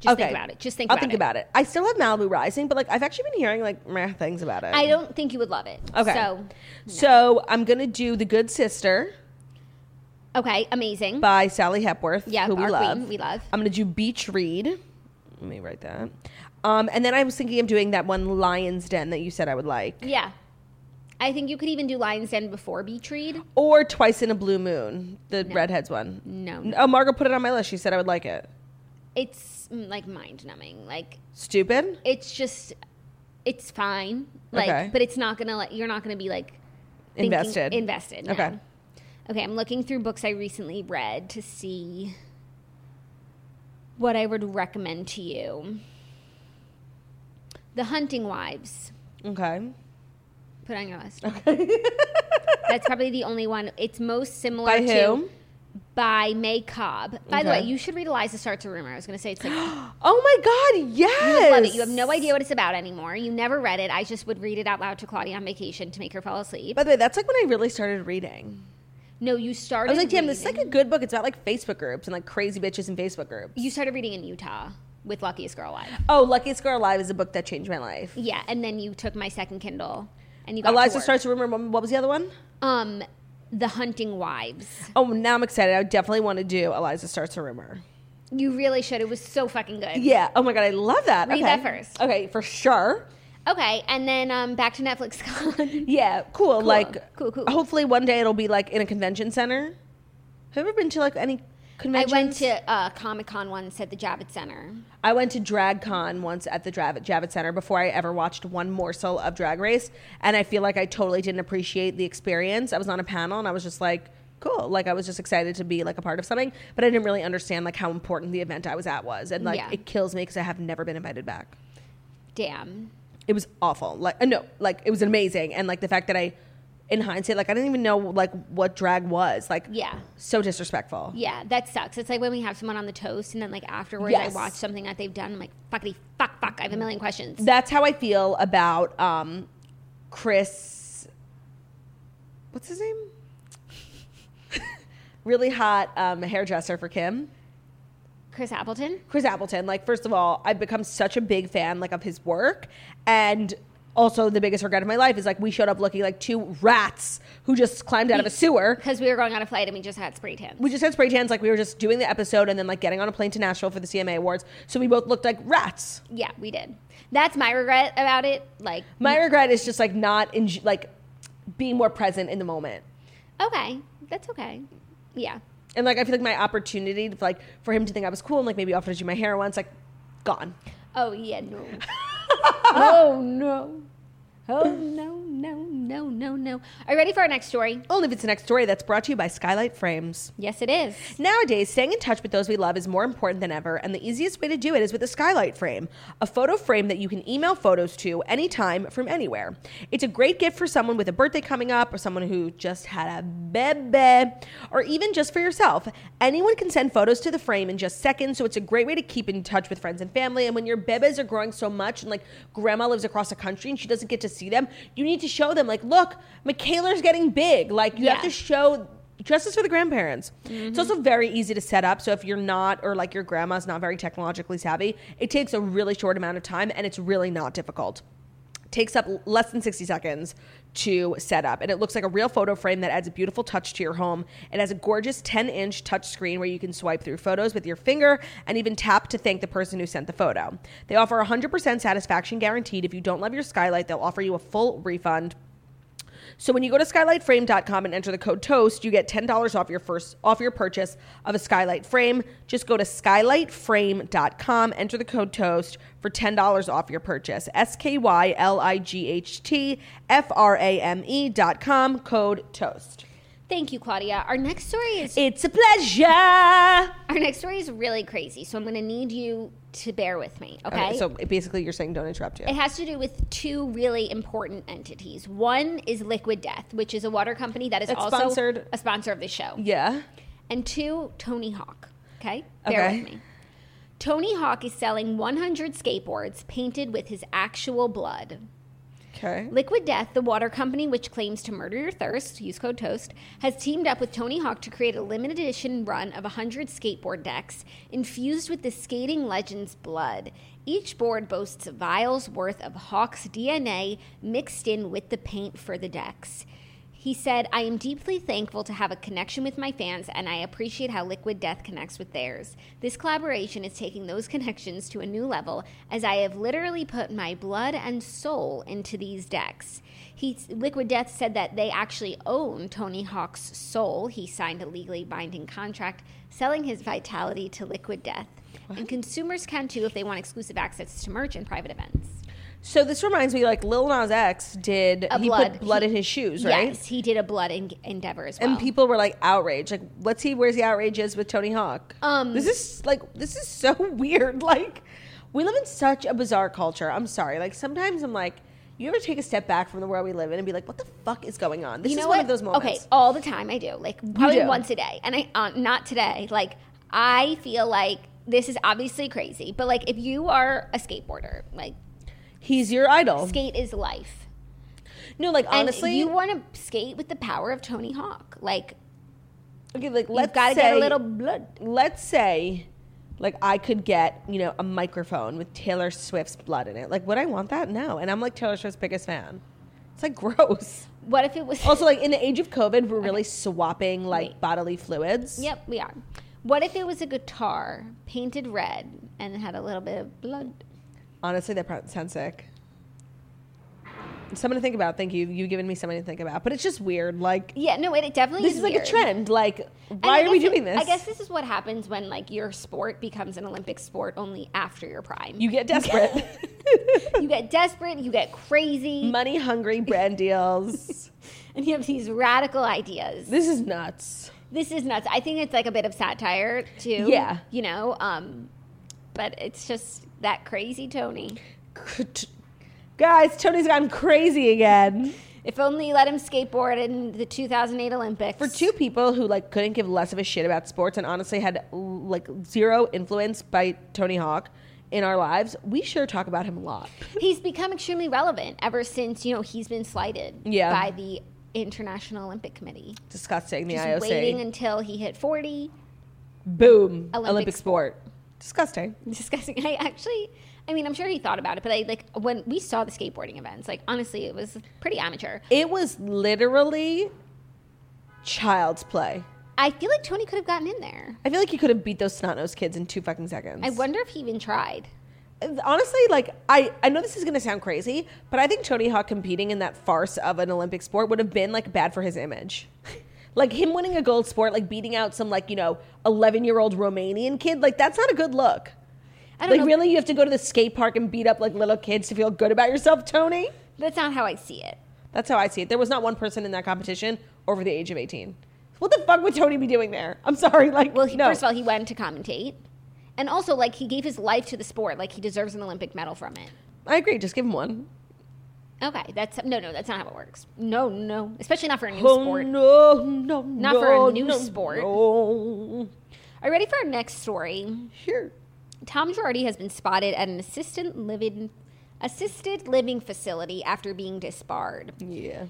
S3: Just
S2: okay.
S3: think about it. Just think
S2: I'll
S3: about
S2: think
S3: it.
S2: about it. I still have Malibu Rising, but like I've actually been hearing like meh things about it.
S3: I don't think you would love it.
S2: Okay.
S3: So,
S2: So I'm gonna do The Good Sister
S3: okay. Amazing.
S2: by Sally Hepworth,
S3: yeah.
S2: who we
S3: our
S2: love.
S3: Queen, we love.
S2: I'm gonna do Beach Read. Let me write that. Um, and then I was thinking of doing that one Lion's Den that you said I would like.
S3: Yeah. I think you could even do Lion's Den before Beach Read.
S2: Or Twice in a Blue Moon, the redheads one.
S3: No.
S2: Oh, Margot put it on my list. She said I would like it.
S3: It's mm, like mind numbing. Like
S2: Stupid.
S3: it's just it's fine. Like
S2: Okay.
S3: but it's not gonna like you're not gonna be like thinking-
S2: Invested.
S3: Invested. no.
S2: Okay.
S3: Okay, I'm looking through books I recently read to see what I would recommend to you. The Hunting Wives.
S2: Okay.
S3: Put on your list. That's probably the only one. It's most similar
S2: By
S3: to
S2: who?
S3: by May Cobb. By the way,
S2: Okay.
S3: you should read Eliza Starts a Rumor. I was going to say it's like you
S2: Oh my God! Yes.
S3: would love it. You have no idea what it's about anymore. You never read it. I just would read it out loud to Claudia on vacation to make her fall asleep.
S2: By the way, that's like when I really started reading.
S3: no, you started.
S2: I was like, damn, this is like
S3: reading-
S2: a good book. It's about like Facebook groups and like crazy bitches in Facebook groups.
S3: you started reading in Utah with Luckiest Girl Alive.
S2: Oh, Luckiest Girl Alive is a book that changed my life.
S3: Yeah, and then you took my second Kindle and you got to
S2: Eliza
S3: work.
S2: starts a rumor. What was the other one?
S3: um The Hunting Wives.
S2: Oh, now I'm excited. I definitely want to do Eliza starts a rumor.
S3: You really should. It was so fucking good.
S2: Yeah. Oh my god, I love that.
S3: Read
S2: okay.
S3: that first.
S2: Okay, for sure.
S3: Okay, and then um back to Netflix. Con.
S2: Yeah, cool. Like,
S3: Cool, cool.
S2: Hopefully, one day it'll be like in a convention center. Have you ever been to like any
S3: I
S2: conventions?
S3: went to uh, Comic Con once at the Javits Center.
S2: I went to Drag Con once at the Drav- Javits Center before I ever watched one morsel of Drag Race, and I feel like I totally didn't appreciate the experience. I was on a panel and I was just like, cool. Like I was just excited to be like a part of something, but I didn't really understand like how important the event I was at was, and like
S3: Yeah.
S2: it kills me because I have never been invited back.
S3: Damn.
S2: it was awful. Like uh, no, like it was amazing, and like the fact that I, in hindsight, like I didn't even know like what drag was. Like
S3: Yeah.
S2: so disrespectful.
S3: Yeah, that sucks. It's like when we have someone on the toast and then like afterwards
S2: Yes.
S3: I watch something that they've done. I'm like, fuckity, fuck, fuck. I have a million questions.
S2: That's how I feel about um, Chris. What's his name? really hot um, hairdresser for Kim.
S3: Chris Appleton?
S2: Chris Appleton, like, first of all, I've become such a big fan, like, of his work. And also, the biggest regret of my life is, like, we showed up looking like two rats who just climbed out of a sewer.
S3: Because we were going on a flight and we just had spray tans.
S2: we just had spray tans. Like we were just doing the episode and then like getting on a plane to Nashville for the CMA Awards. So we both looked like rats.
S3: yeah, we did. That's my regret about it. Like,
S2: My regret is just like not in like being more present in the moment.
S3: okay, that's okay. Yeah.
S2: And like I feel like my opportunity to like for him to think I was cool and like maybe offer to do my hair once, like gone.
S3: Oh yeah, no. oh no. Oh no, no, no, no, no. Are you ready for our next story?
S2: Only if it's the next story that's brought to you by Skylight Frames.
S3: Yes, it is.
S2: Nowadays, staying in touch with those we love is more important than ever, and the easiest way to do it is with a skylight frame, a photo frame that you can email photos to anytime from anywhere. It's a great gift for someone with a birthday coming up, or someone who just had a bebe, or even just for yourself. Anyone can send photos to the frame in just seconds, so it's a great way to keep in touch with friends and family. And when your bebes are growing so much, and like grandma lives across the country and she doesn't get to see them, you need to show them, like, look, Michaela's getting big. Like, you have
S3: Yeah.
S2: to show justice for the grandparents. It's also very easy to set up. So if you're not, or like your grandma's not very technologically savvy, it takes a really short amount of time and it's really not difficult. Takes up less than 60 seconds to set up. And it looks like a real photo frame that adds a beautiful touch to your home. It has a gorgeous 10 inch touch screen where you can swipe through photos with your finger and even tap to thank the person who sent the photo. They offer 100% satisfaction guaranteed. If you don't love your skylight, they'll offer you a full refund. So when you go to skylightframe.com and enter the code toast, you get $10 off your first off your purchase of a skylight frame. Just go to skylightframe.com, enter the code toast for $10 off your purchase. S K Y L I G H T F R A M E.com, code toast.
S3: Thank you, Claudia. Our next story is
S2: It's a pleasure.
S3: our next story is really crazy, so I'm going to need you to bear with me, okay? Eh.
S2: Okay, so basically you're saying don't interrupt you.
S3: It has to do with two really important entities. One is Liquid Death, which is a water company that is
S2: That's
S3: also
S2: sponsored-
S3: a sponsor of the show.
S2: Yeah.
S3: And two, Tony Hawk. Okay? Bear
S2: Okay.
S3: with me. Tony Hawk is selling 100 skateboards painted with his actual blood.
S2: Okay.
S3: Liquid Death, the water company which claims to murder your thirst, use code TOAST, has teamed up with Tony Hawk to create a limited edition run of 100 skateboard decks infused with the skating legend's blood. Each board boasts vials worth of Hawk's DNA mixed in with the paint for the decks. He said, I am deeply thankful to have a connection with my fans, and I appreciate how Liquid Death connects with theirs. This collaboration is taking those connections to a new level, as I have literally put my blood and soul into these decks. He, Liquid Death said that they actually own Tony Hawk's soul. He signed a legally binding contract selling his vitality to Liquid Death. And consumers can too if they want exclusive access to merch and private events.
S2: So this reminds me like Lil Nas X did
S3: A
S2: he
S3: blood.
S2: put blood
S3: He-
S2: in his shoes, right?
S3: Yes, he did a blood en- endeavor as well.
S2: and people were like outraged. Like, let's see where's the outrage is with Tony Hawk.
S3: Um,
S2: this is like this is so weird. Like, we live in such a bizarre culture. I'm sorry. Like sometimes I'm like, you ever take a step back from the world we live in and be like, what the fuck is going on? This
S3: you
S2: is
S3: know
S2: one
S3: what?
S2: of those moments.
S3: Okay, all the time I do. Like probably
S2: do.
S3: once a day, and I uh, not today. Like I feel like this is obviously crazy, but like if you are a skateboarder, like
S2: He's your idol.
S3: skate is life.
S2: no, like
S3: And
S2: honestly,
S3: you want to skate with the power of Tony Hawk. Like
S2: okay, like
S3: you've
S2: let's
S3: got to
S2: say,
S3: get a little blood.
S2: Let's say. Like I could get, you know, a microphone with Taylor Swift's blood in it. Like, would I want that? No. And I'm like Taylor Swift's biggest fan. It's like gross.
S3: What if it was
S2: Also, like in the age of COVID, we're really swapping like bodily fluids.
S3: Yep, we are. What if it was a guitar painted red and had a little bit of blood?
S2: Honestly, that probably sounds sick. Something to think about. Thank you. You've given me something to think about. But it's just weird. Like
S3: Yeah, no, it, it definitely
S2: this
S3: is
S2: is like a
S3: weird.
S2: trend. Like
S3: And
S2: why
S3: I
S2: are we
S3: guess it-
S2: doing this?
S3: I guess this is what happens when like your sport becomes an Olympic sport only after your prime.
S2: you get desperate.
S3: you get desperate, you get crazy,
S2: Money hungry brand deals.
S3: and you have these radical ideas.
S2: this is nuts.
S3: This is nuts. I think it's like a bit of satire too.
S2: Yeah.
S3: you know, um, but it's just that crazy Tony.
S2: Guys, Tony's gone crazy again.
S3: If only you let him skateboard in the 2008 Olympics.
S2: For two people who like couldn't give less of a shit about sports and honestly had like zero influence by Tony Hawk in our lives, we sure talk about him a lot.
S3: he's become extremely relevant ever since you know he's been slighted
S2: Yeah.
S3: by the International Olympic Committee.
S2: Disgusting. The
S3: Just
S2: IOC.
S3: waiting until he hit 40.
S2: Boom.
S3: Olympic
S2: Olympic, sport. Disgusting.
S3: discussing. I actually, I mean, I'm sure he thought about it, but I like when we saw the skateboarding events. Like honestly, it was pretty amateur.
S2: It was literally child's play.
S3: I feel like Tony could have gotten in there.
S2: I feel like you could have beat those snot nosed kids in two fucking seconds.
S3: I wonder if he even tried.
S2: Honestly, like, I, I know this is going to sound crazy, but I think Tony Hawk competing in that farce of an Olympic sport would have been, like, bad for his image. Like him winning a gold sport, like beating out some like you know eleven year old Romanian kid. Like that's not a good look.
S3: I don't
S2: Like
S3: know.
S2: really, you have to go to the skate park and beat up like little kids to feel good about yourself, Tony.
S3: That's not how I see it.
S2: That's how I see it. There was not one person in that competition over the age of eighteen. What the fuck would Tony be doing there? I'm sorry. Like,
S3: Well, he,
S2: no.
S3: first of all, he went to commentate. And also, like, he gave his life to the sport. Like, he deserves an Olympic medal from it.
S2: I agree. Just give him one.
S3: Okay, that's no, no, that's not how it works. No, no, especially not for a new sport.
S2: Oh, no, no, Oh,
S3: Not for a new sport.
S2: No.
S3: Are you ready for our next story?
S2: Here.
S3: Tom Girardi has been spotted at an assisted living, assisted living facility after being disbarred.
S2: Yeah.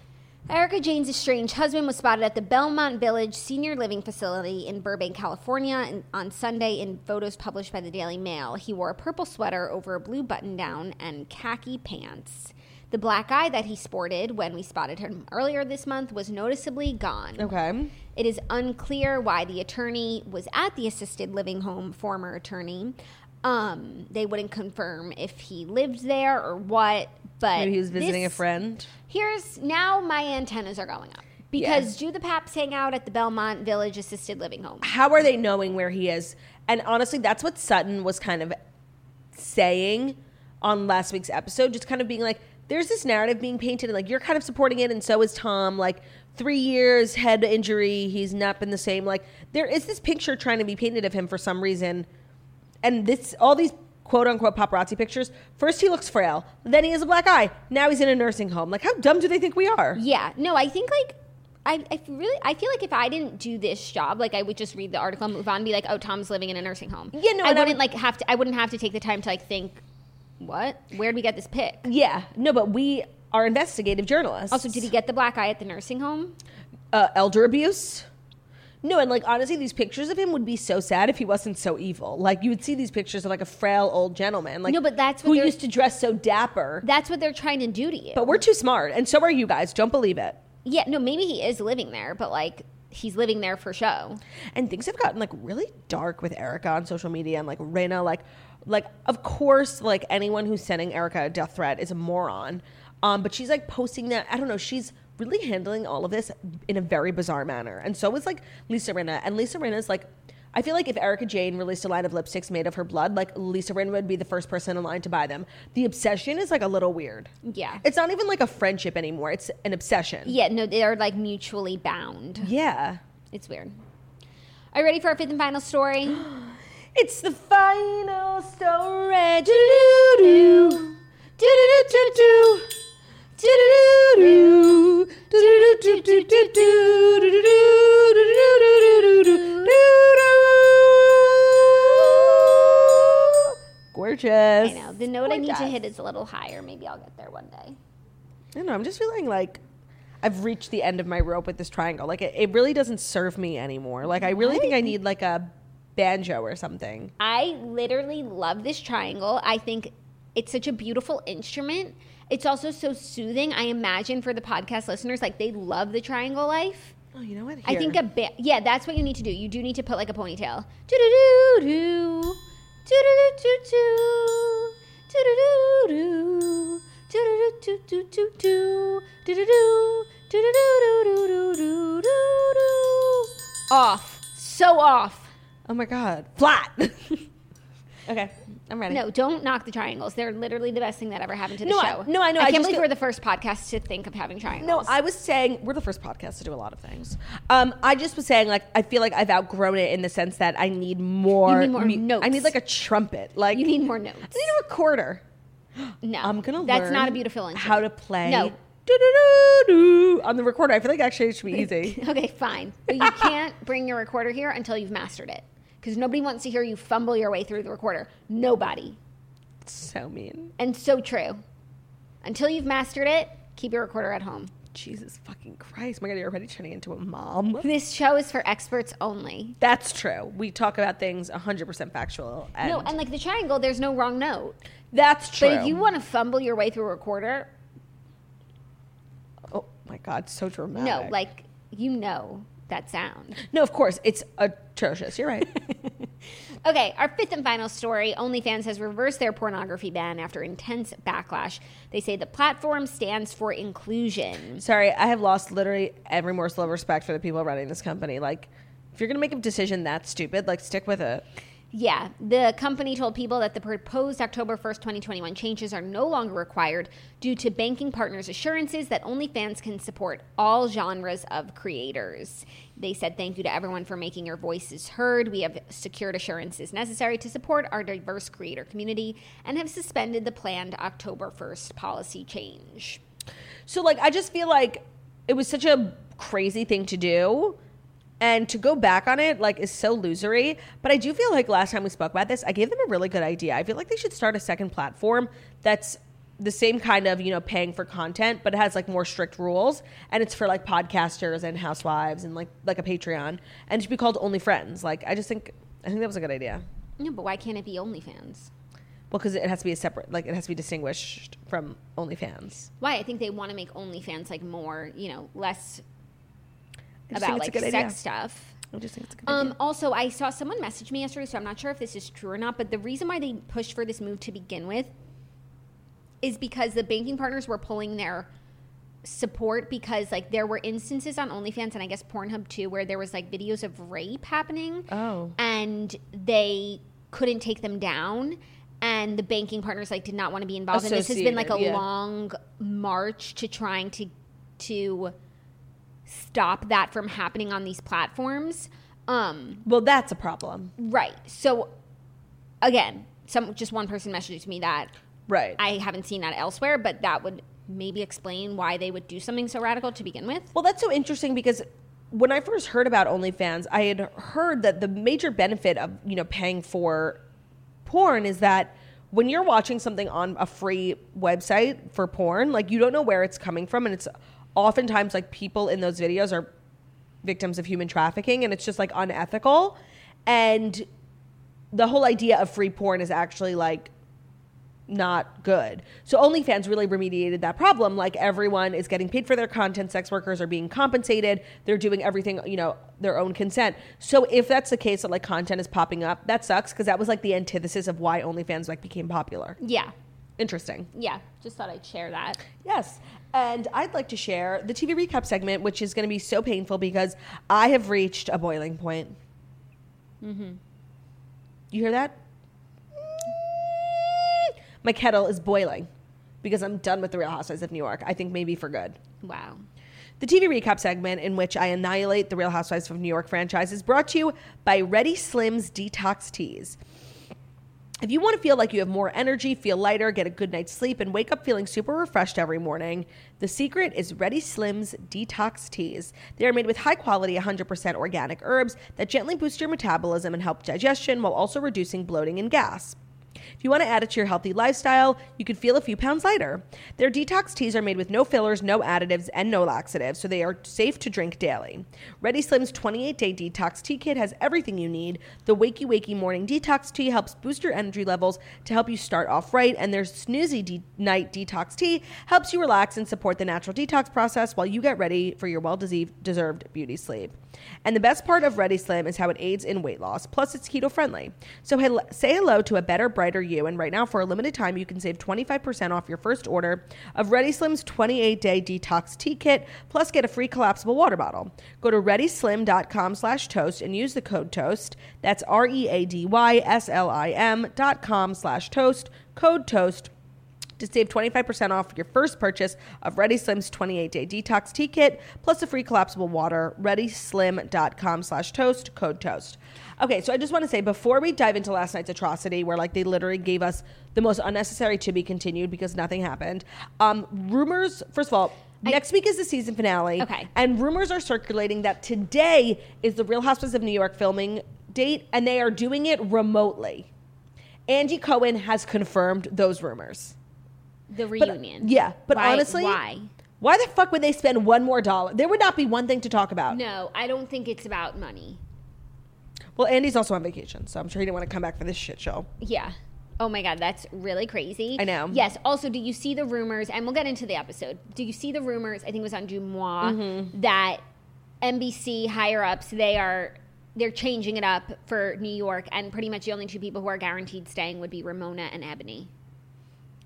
S3: Erica Jane's estranged husband was spotted at the Belmont Village Senior Living Facility in Burbank, California in- on Sunday in photos published by the Daily Mail. He wore a purple sweater over a blue button down and khaki pants. The black eye that he sported when we spotted him earlier this month was noticeably gone.
S2: Okay.
S3: It is unclear why the attorney was at the assisted living home, former attorney. Um, they wouldn't confirm if he lived there or what, but
S2: Maybe he was visiting
S3: this-
S2: a friend.
S3: Here's now my antennas are going up because do the Paps hang out at the Belmont Village Assisted Living Home?
S2: How are they knowing where he is? And honestly, that's what Sutton was kind of saying on last week's episode, just kind of being like, there's this narrative being painted, and like you're kind of supporting it, and so is Tom. Like, three years, head injury, he's not been the same. Like, there is this picture trying to be painted of him for some reason. And this, all these quote unquote paparazzi pictures, first he looks frail, then he has a black eye, now he's in a nursing home. Like, how dumb do they think we are?
S3: Yeah, no, I think like I, I really I feel like if I didn't do this job, like I would just read the article and move on, and be like, oh, Tom's living in a nursing home.
S2: Yeah, no,
S3: I
S2: and I
S3: wouldn't
S2: would-
S3: like have to. I wouldn't have to take the time to like think, what? Where would we get this pic?
S2: Yeah, no, but we are investigative journalists.
S3: Also, did he get the black eye at the nursing home?
S2: uh, elder abuse. No, and like honestly, these pictures of him would be so sad if he wasn't so evil. Like you would see these pictures of like a frail old gentleman, like
S3: No, but that's what
S2: who
S3: they're-
S2: used to dress so dapper.
S3: That's what they're trying to do to you.
S2: but we're too smart, and so are you guys. Don't believe it.
S3: yeah, no, maybe he is living there, but like he's living there for show.
S2: And things have gotten like really dark with Erica on social media, and like Reyna, like, like of course, like anyone who's sending Erica a death threat is a moron. Um, but she's like posting that. I don't know. She's really handling all of this in a very bizarre manner, and so is like Lisa Reyna. And Lisa Reyna's like. I feel like if Erica Jane released a line of lipsticks made of her blood, like Lisa Rin would be the first person in line to buy them. The obsession is like a little weird.
S3: Yeah.
S2: It's not even like a friendship anymore. It's an obsession.
S3: Yeah, no, they are like mutually bound.
S2: Yeah.
S3: It's weird. Are you ready for our fifth and final story?
S2: It's the final story. Do-do-do-do. Do-do-do-do-do. Do-do-do-do. Do-do-do-do-do-do. Do-do-do-do-do-do. Do-do. Gorgeous.
S3: I know. The
S2: Oh
S3: note I need to
S2: Gorgeous.
S3: hit is a little higher. Maybe I'll get there one day.
S2: I know. I'm just feeling like I've reached the end of my rope with this triangle. Like it, it really doesn't serve me anymore. Like I really think I need like a banjo or something.
S3: I literally love this triangle. I think it's such a beautiful instrument. It's also so soothing. I imagine for the podcast listeners, like they love the triangle life.
S2: Oh, you know what?
S3: I think
S2: Here.
S3: a bit. Yeah, that's what you need to do. You do need to put like a ponytail. Do do do do do do do do do do do do do do do do do do do do do do do do do do off. So off.
S2: Oh my god. Flat. okay, I'm ready.
S3: No, don't knock the triangles. They're literally the best thing that ever happened to the
S2: No, I-
S3: show.
S2: no, I know. I
S3: I
S2: just
S3: can't believe
S2: feel-
S3: we're the first podcast to think of having triangles.
S2: No, I was saying we're the first podcast to do a lot of things. Um, I just was saying like I feel like I've outgrown it in the sense that I need more.
S3: You need more notes.
S2: I need like a trumpet. Like
S3: you need more notes.
S2: I need a recorder.
S3: No,
S2: I'm gonna.
S3: That's
S2: learn
S3: not a beautiful instrument.
S2: How to play?
S3: No,
S2: doo-doo-doo-doo on the recorder. I feel like actually it should be easy.
S3: Okay, fine. But you can't bring your recorder here until you've mastered it. Because nobody wants to hear you fumble your way through the recorder. Nobody.
S2: so mean.
S3: And so true. Until you've mastered it, keep your recorder at home.
S2: Jesus fucking Christ! Oh My God, you're already turning into a mom.
S3: This show is for experts only.
S2: That's true. We talk about things 100% factual. And
S3: No, and like the triangle, there's no wrong note.
S2: that's true.
S3: But if you want to fumble your way through a recorder,
S2: oh my God, so dramatic.
S3: no, like you know that sound.
S2: No, of course. It's atrocious. You're right.
S3: Okay, our fifth and final story OnlyFans has reversed their pornography ban after intense backlash. They say the platform stands for inclusion.
S2: Sorry, I have lost literally every morsel of respect for the people running this company. Like, if you're gonna make a decision that stupid, like stick with it.
S3: Yeah, the company told people that the proposed October 1st, 2021 changes are no longer required due to banking partners' assurances that OnlyFans can support all genres of creators. They said thank you to everyone for making your voices heard. We have secured assurances necessary to support our diverse creator community and have suspended the planned October 1st policy change.
S2: So like I just feel like it was such a crazy thing to do and to go back on it like is so losery but i do feel like last time we spoke about this i gave them a really good idea i feel like they should start a second platform that's the same kind of you know paying for content but it has like more strict rules and it's for like podcasters and housewives and like like a patreon and it should be called only friends like i just think i think that was a good idea
S3: No, but why can't it be OnlyFans?
S2: well because it has to be a separate like it has to be distinguished from onlyfans
S3: Why? I think they want to make OnlyFans like more, you know, less
S2: I just
S3: about
S2: think
S3: like
S2: it's a
S3: sex
S2: good idea.
S3: stuff.
S2: i just think it's a good idea
S3: Um, also, I saw someone message me yesterday, so I'm not sure if this is true or not. But the reason why they pushed for this move to begin with is because the banking partners were pulling their support because like there were instances on OnlyFans and I guess Pornhub too where there was like videos of rape happening.
S2: Oh.
S3: and they couldn't take them down. And the banking partners like did not want to be involved. And this has been like a
S2: Associated, yeah.
S3: long march to trying to to stop that from happening on these platforms. Um,
S2: well that's a problem
S3: right. So again, some just one person messaged me that
S2: right
S3: I haven't seen that elsewhere, but that would maybe explain why they would do something so radical to begin with.
S2: Well, that's so interesting because when I first heard about OnlyFans, I had heard that the major benefit of you know paying for porn is that when you're watching something on a free website for porn, like you don't know where it's coming from, and it's oftentimes like people in those videos are victims of human trafficking, and it's just like unethical. And the whole idea of free porn is actually like not good. So OnlyFans really remediated that problem. Like everyone is getting paid for their content. Sex workers are being compensated. They're doing everything, you know, their own consent. So if that's the case that like content is popping up, that sucks because that was like the antithesis of why OnlyFans like became popular.
S3: Yeah.
S2: Interesting.
S3: Yeah. Just thought I'd share that.
S2: Yes. And I'd like to share the TV recap segment, which is going to be so painful because I have reached a boiling point. Mm-hmm. You hear that? My kettle is boiling because I'm done with The Real Housewives of New York. I think maybe for good.
S3: Wow.
S2: The TV recap segment in which I annihilate the Real Housewives of New York franchise is brought to you by Ready Slim's Detox Teas. If you want to feel like you have more energy, feel lighter, get a good night's sleep, and wake up feeling super refreshed every morning, the secret is Ready Slim's Detox Teas. They are made with high quality, 100% organic herbs that gently boost your metabolism and help digestion while also reducing bloating and gas. If you want to add it to your healthy lifestyle, you could feel a few pounds lighter. Their detox teas are made with no fillers, no additives, and no laxatives, so they are safe to drink daily. Ready Slim's 28 day detox tea kit has everything you need. The Wakey Wakey Morning Detox Tea helps boost your energy levels to help you start off right, and their Snoozy de- Night Detox Tea helps you relax and support the natural detox process while you get ready for your well deserved beauty sleep. And the best part of Ready Slim is how it aids in weight loss, plus it's keto friendly. So hel- say hello to a better, brighter you. And right now, for a limited time, you can save 25% off your first order of Ready Slim's 28 day detox tea kit, plus get a free collapsible water bottle. Go to readyslim.com slash toast and use the code toast. That's R E A D Y S L I M dot com slash toast, code toast to save 25% off your first purchase of Ready Slim's 28-day detox tea kit, plus a free collapsible water, readyslim.com slash toast, code toast. Okay, so I just want to say before we dive into last night's atrocity, where like they literally gave us the most unnecessary to be continued because nothing happened, um, rumors, first of all, next week is the season finale.
S3: Okay.
S2: And rumors are circulating that today is the Real Housewives of New York filming date, and they are doing it remotely. Angie Cohen has confirmed those rumors.
S3: The
S2: But-
S3: reunion.
S2: yeah, but
S3: Why-
S2: honestly,
S3: why?
S2: Why the fuck would they spend one more dollar? There would not be one thing to talk about.
S3: No, I don't think it's about money.
S2: Well, Andy's also on vacation, so I'm sure he didn't want to come back for this shit show.
S3: Yeah. Oh my God, that's really crazy.
S2: I know.
S3: Yes. Also, do you see the rumors? And we'll get into the episode. Do you see the
S2: Mm-hmm.
S3: rumors? I think it was on Jumois that NBC higher ups they are they're changing it up for New York, and pretty much the only two people who are guaranteed staying would be Ramona and Ebony,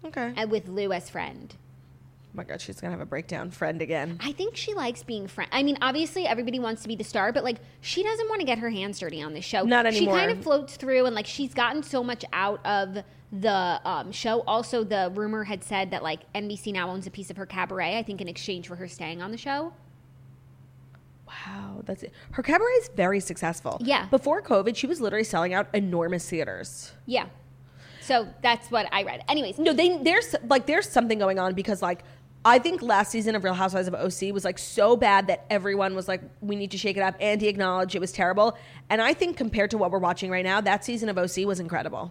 S2: Okay.
S3: and with Lou as friend.
S2: Oh my god, she's gonna have a breakdown. Friend again.
S3: I think she likes being friend. I mean, obviously everybody wants to be the star, but like she doesn't want to get her hands dirty on this show.
S2: Not anymore.
S3: She kind of floats through, and like she's gotten so much out of the um, show. Also, the rumor had said that like NBC now owns a piece of her cabaret. I think in exchange for her staying on the show.
S2: Wow, that's it. Her cabaret is very successful.
S3: Yeah.
S2: Before COVID, she was literally selling out enormous theaters.
S3: Yeah. So that's what I read. Anyways,
S2: No, they there's like there's something going on because like I think last season of Real Housewives of OC was like so bad that everyone was like, we need to shake it up. Andy acknowledged it was terrible. And I think compared to what we're watching right now, that season of OC was incredible.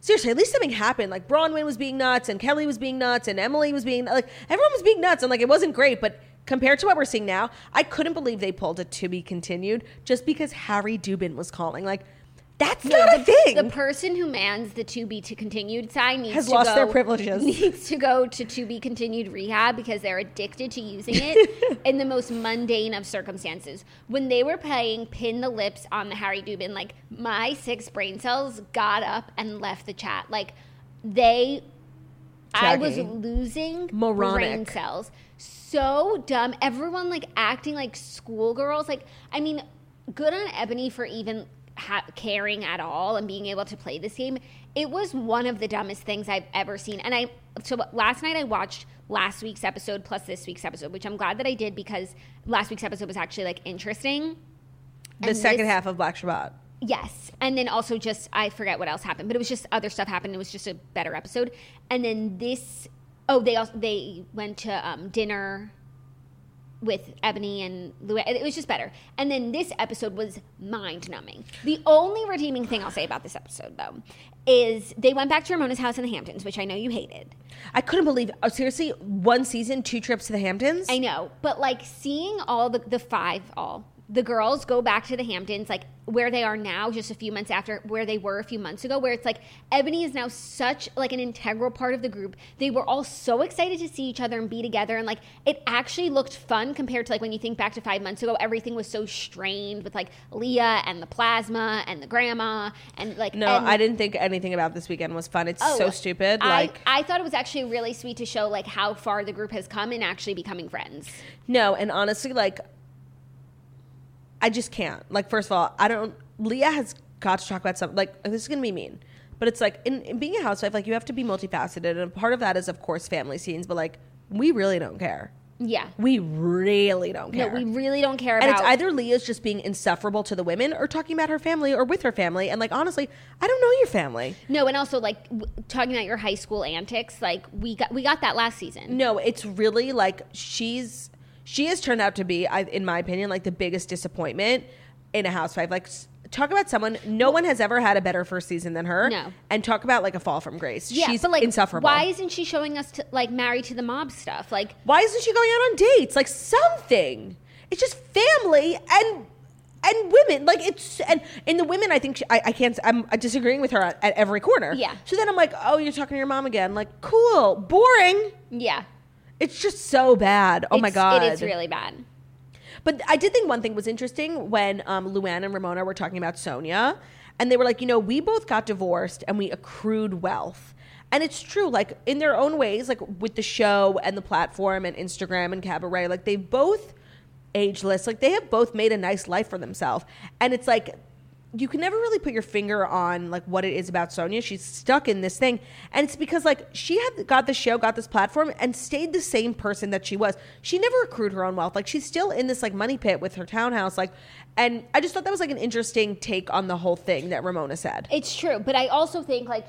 S2: Seriously, at least something happened. Like Bronwyn was being nuts and Kelly was being nuts and Emily was being like everyone was being nuts and like it wasn't great, but compared to what we're seeing now, I couldn't believe they pulled it to be continued just because Harry Dubin was calling. Like, that's not a
S3: the,
S2: thing.
S3: the person who mans the to be to continued sign needs
S2: Has
S3: to
S2: lost
S3: go-
S2: their privileges.
S3: Needs to go to to be continued rehab because they're addicted to using it in the most mundane of circumstances. When they were playing pin the lips on the Harry Dubin, like my six brain cells got up and left the chat. Like they, I was
S2: Tracking.
S3: losing brain
S2: Moronic.
S3: cells. So dumb. Everyone like acting like schoolgirls. Like, I mean, good on Ebony for even ha- caring at all and being able to play this game. It was one of the dumbest things I've ever seen. And I, so last night I watched last week's episode plus this week's episode, which I'm glad that I did because last week's episode was actually like interesting.
S2: the
S3: and
S2: second
S3: this-
S2: half of Black Shabbat.
S3: Yes. And then also just, I forget what else happened, but it was just other stuff happened. It was just a better episode. And then this, oh, they also, they went to um, dinner with Ebony and Lou. It was just better. And then this episode was mind numbing. The only redeeming thing I'll say about this episode, though, is they went back to Ramona's house in the Hamptons, which I know you hated.
S2: I couldn't believe oh, seriously one season, two trips to the Hamptons.
S3: I know, but like seeing all the the five all the girls go back to the Hamptons, like where they are now, just a few months after where they were a few months ago, where it's like Ebony is now such like an integral part of the group. They were all so excited to see each other and be together, and like it actually looked fun compared to like when you think back to five months ago, everything was so strained with like Leah and the plasma and the grandma and like
S2: no,
S3: and- Oh,
S2: I didn't think anything about this weekend was fun. It's so stupid.
S3: I,
S2: like
S3: I thought it was actually really sweet to show like how far the group has come in actually becoming friends.
S2: no, and honestly, like I just can't. Like first of all, I don't. Leah has got to talk about something. Like this is gonna be mean, but it's like in, in being a housewife, like you have to be multifaceted, and part of that is of course family scenes. But like we really don't care.
S3: Yeah.
S2: We really don't
S3: No,
S2: care.
S3: we really don't care
S2: and
S3: about.
S2: it's either Leah's just being insufferable to the women, or talking about her family, or with her family. And like honestly, I don't know your family.
S3: no, and also like w- talking about your high school antics. Like we got we got that last season.
S2: No, it's really like she's she has turned out to be, I, in my opinion, like the biggest disappointment in a housewife. Like, s- talk about someone no one has ever had a better first season than her.
S3: No.
S2: and talk about like a fall from grace.
S3: yeah,
S2: she's
S3: but like
S2: insufferable.
S3: Why isn't she showing us to, like married to the mob stuff? Like
S2: why isn't she going out on dates? Like something. It's just family and and women. Like it's and in the women, I think she, I, I can't. I'm disagreeing with her at, at every corner.
S3: Yeah.
S2: So then I'm like, oh, you're talking to your mom again. Like, cool, boring.
S3: yeah.
S2: It's just so bad. Oh my
S3: It's-
S2: god,
S3: it is really bad.
S2: But I did think one thing was interesting when um, Luann and Ramona were talking about Sonia, and they were like, you know, we both got divorced and we accrued wealth. And it's true, like in their own ways, like with the show and the platform and Instagram and cabaret, like they both ageless, like they have both made a nice life for themselves. And it's like you can never really put your finger on like what it is about Sonia. She's stuck in this thing, and it's because like she had got the show, got this platform, and stayed the same person that she was. She never accrued her own wealth. Like she's still in this like money pit with her townhouse. Like, and I just thought that was like an interesting take on the whole thing that Ramona said.
S3: It's true, but I also think like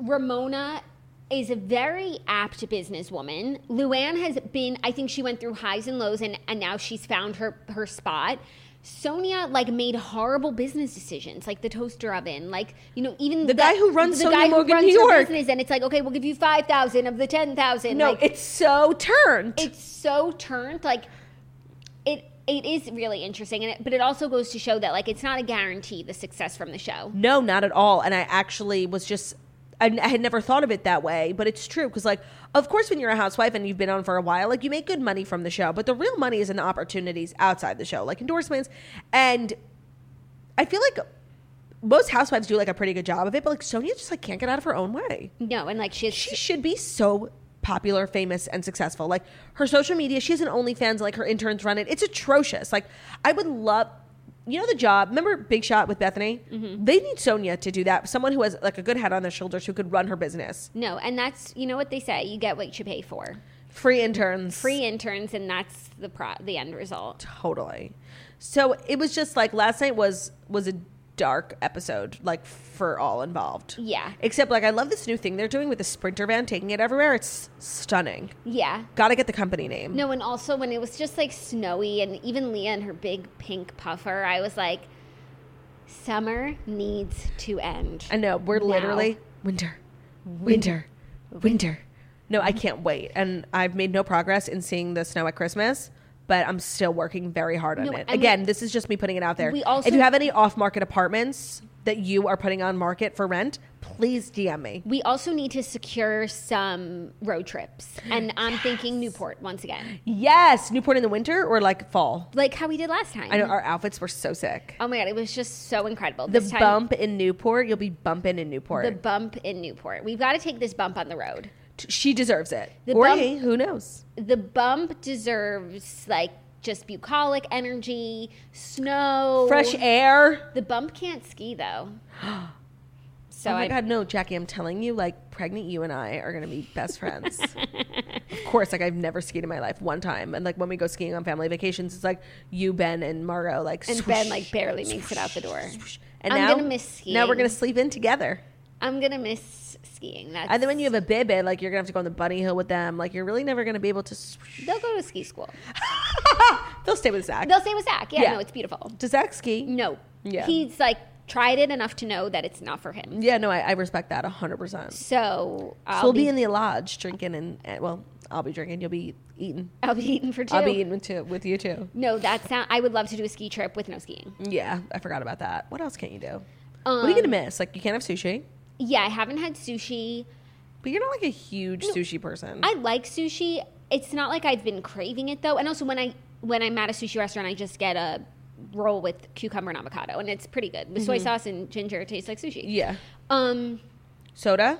S3: Ramona is a very apt businesswoman. Luann has been I think she went through highs and lows and, and now she's found her her spot. Sonia like made horrible business decisions, like the toaster oven, like you know even
S2: The guy who runs Sonia Morgan
S3: runs
S2: New
S3: her
S2: York.
S3: business, and it's like okay, we'll give you five thousand of the ten thousand.
S2: no,
S3: like,
S2: it's so turned.
S3: it's so turned like it it is really interesting, and it, but it also goes to show that like it's not a guarantee the success from the show.
S2: No, not at all. And I actually was just. I, I had never thought of it that way, but it's true because, like, of course, when you're a housewife and you've been on for a while, like, you make good money from the show, but the real money is in the opportunities outside the show, like endorsements. And I feel like most housewives do like a pretty good job of it, but like Sonia just like can't get out of her own way.
S3: No, and like she's
S2: She should be so popular, famous, and successful. Like her social media, she has an OnlyFans, like her interns run it. It's atrocious. Like I would love you know the job. Remember Big Shot with Bethany?
S3: Mm-hmm.
S2: They need Sonia to do that. Someone who has like a good head on their shoulders who could run her business.
S3: no, and that's you know what they say. You get what you pay for.
S2: Free interns.
S3: Free interns, and that's the pro- the end result.
S2: totally so it was just like last night was was a dark episode like for all involved
S3: Yeah.
S2: except like i love this new thing they're doing with the sprinter van taking it everywhere it's stunning
S3: Yeah.
S2: gotta get the company name
S3: No, and also when it was just like snowy, and even Leah in her big pink puffer, I was like, summer needs to end.
S2: i know we're
S3: Now.
S2: literally winter winter winter no i can't wait and i've made no progress in seeing the snow at christmas but i'm still working very hard on
S3: No,
S2: it
S3: and
S2: again
S3: we-
S2: this is just me putting it out there
S3: we also-
S2: if you have any off-market apartments that you are putting on market for rent please dm me
S3: we also need to secure some road trips, and I'm thinking Newport once again,
S2: Yes, Newport in the winter or like fall.
S3: like how we did last time.
S2: I know our outfits were so sick.
S3: Oh my god, it was just so incredible.
S2: The
S3: Mm-hmm. this time,
S2: bump in Newport, you'll be bumping in Newport.
S3: the bump in Newport. We've got to take this bump on the road.
S2: she deserves it.
S3: The
S2: or
S3: bump-
S2: he, who knows?
S3: the bump deserves like just bucolic energy, snow,
S2: Fresh air.
S3: The bump can't ski though. So
S2: oh my
S3: I
S2: god, no, Jackie, I'm telling you, like pregnant you and I are gonna be best friends. of course, like I've never skied in my life one time. And like when we go skiing on family vacations, it's like you, Ben, and Margot like
S3: and
S2: swoosh,
S3: Ben like barely makes it out the door.
S2: swoosh. And
S3: I'm
S2: now,
S3: gonna miss
S2: now we're
S3: skiing.
S2: gonna sleep in together.
S3: I'm gonna miss skiing. That's
S2: And then when you have a baby, like you're gonna have to go on the bunny hill with them. Like you're really never gonna be able to. swoosh.
S3: they'll go to ski school.
S2: They'll stay with Zach.
S3: They'll stay with Zach. Yeah,
S2: Yeah.
S3: no, it's beautiful.
S2: Does Zach ski?
S3: No,
S2: Yeah.
S3: he's like tried it enough to know that it's not for him.
S2: Yeah, no, I, I respect that 100%. So
S3: So I'll
S2: we'll
S3: be,
S2: be in the lodge drinking and, and- well, I'll be drinking, you'll be eating.
S3: I'll be eating for 2
S2: I'll be eating with, too, with you too.
S3: no, that sound. I would love to do a ski trip with no skiing.
S2: Yeah, I forgot about that. What else can't you do? what are you going to
S3: Um,
S2: miss? Like, you can't have sushi,
S3: Yeah, I haven't had sushi.
S2: but you're not like a huge sushi person.
S3: I like sushi. It's not like I've been craving it though. And also when I when I'm at a sushi restaurant, I just get a roll with cucumber and avocado, and it's pretty good. The soy
S2: Mm-hmm.
S3: sauce and ginger tastes like sushi.
S2: yeah.
S3: Um,
S2: Soda?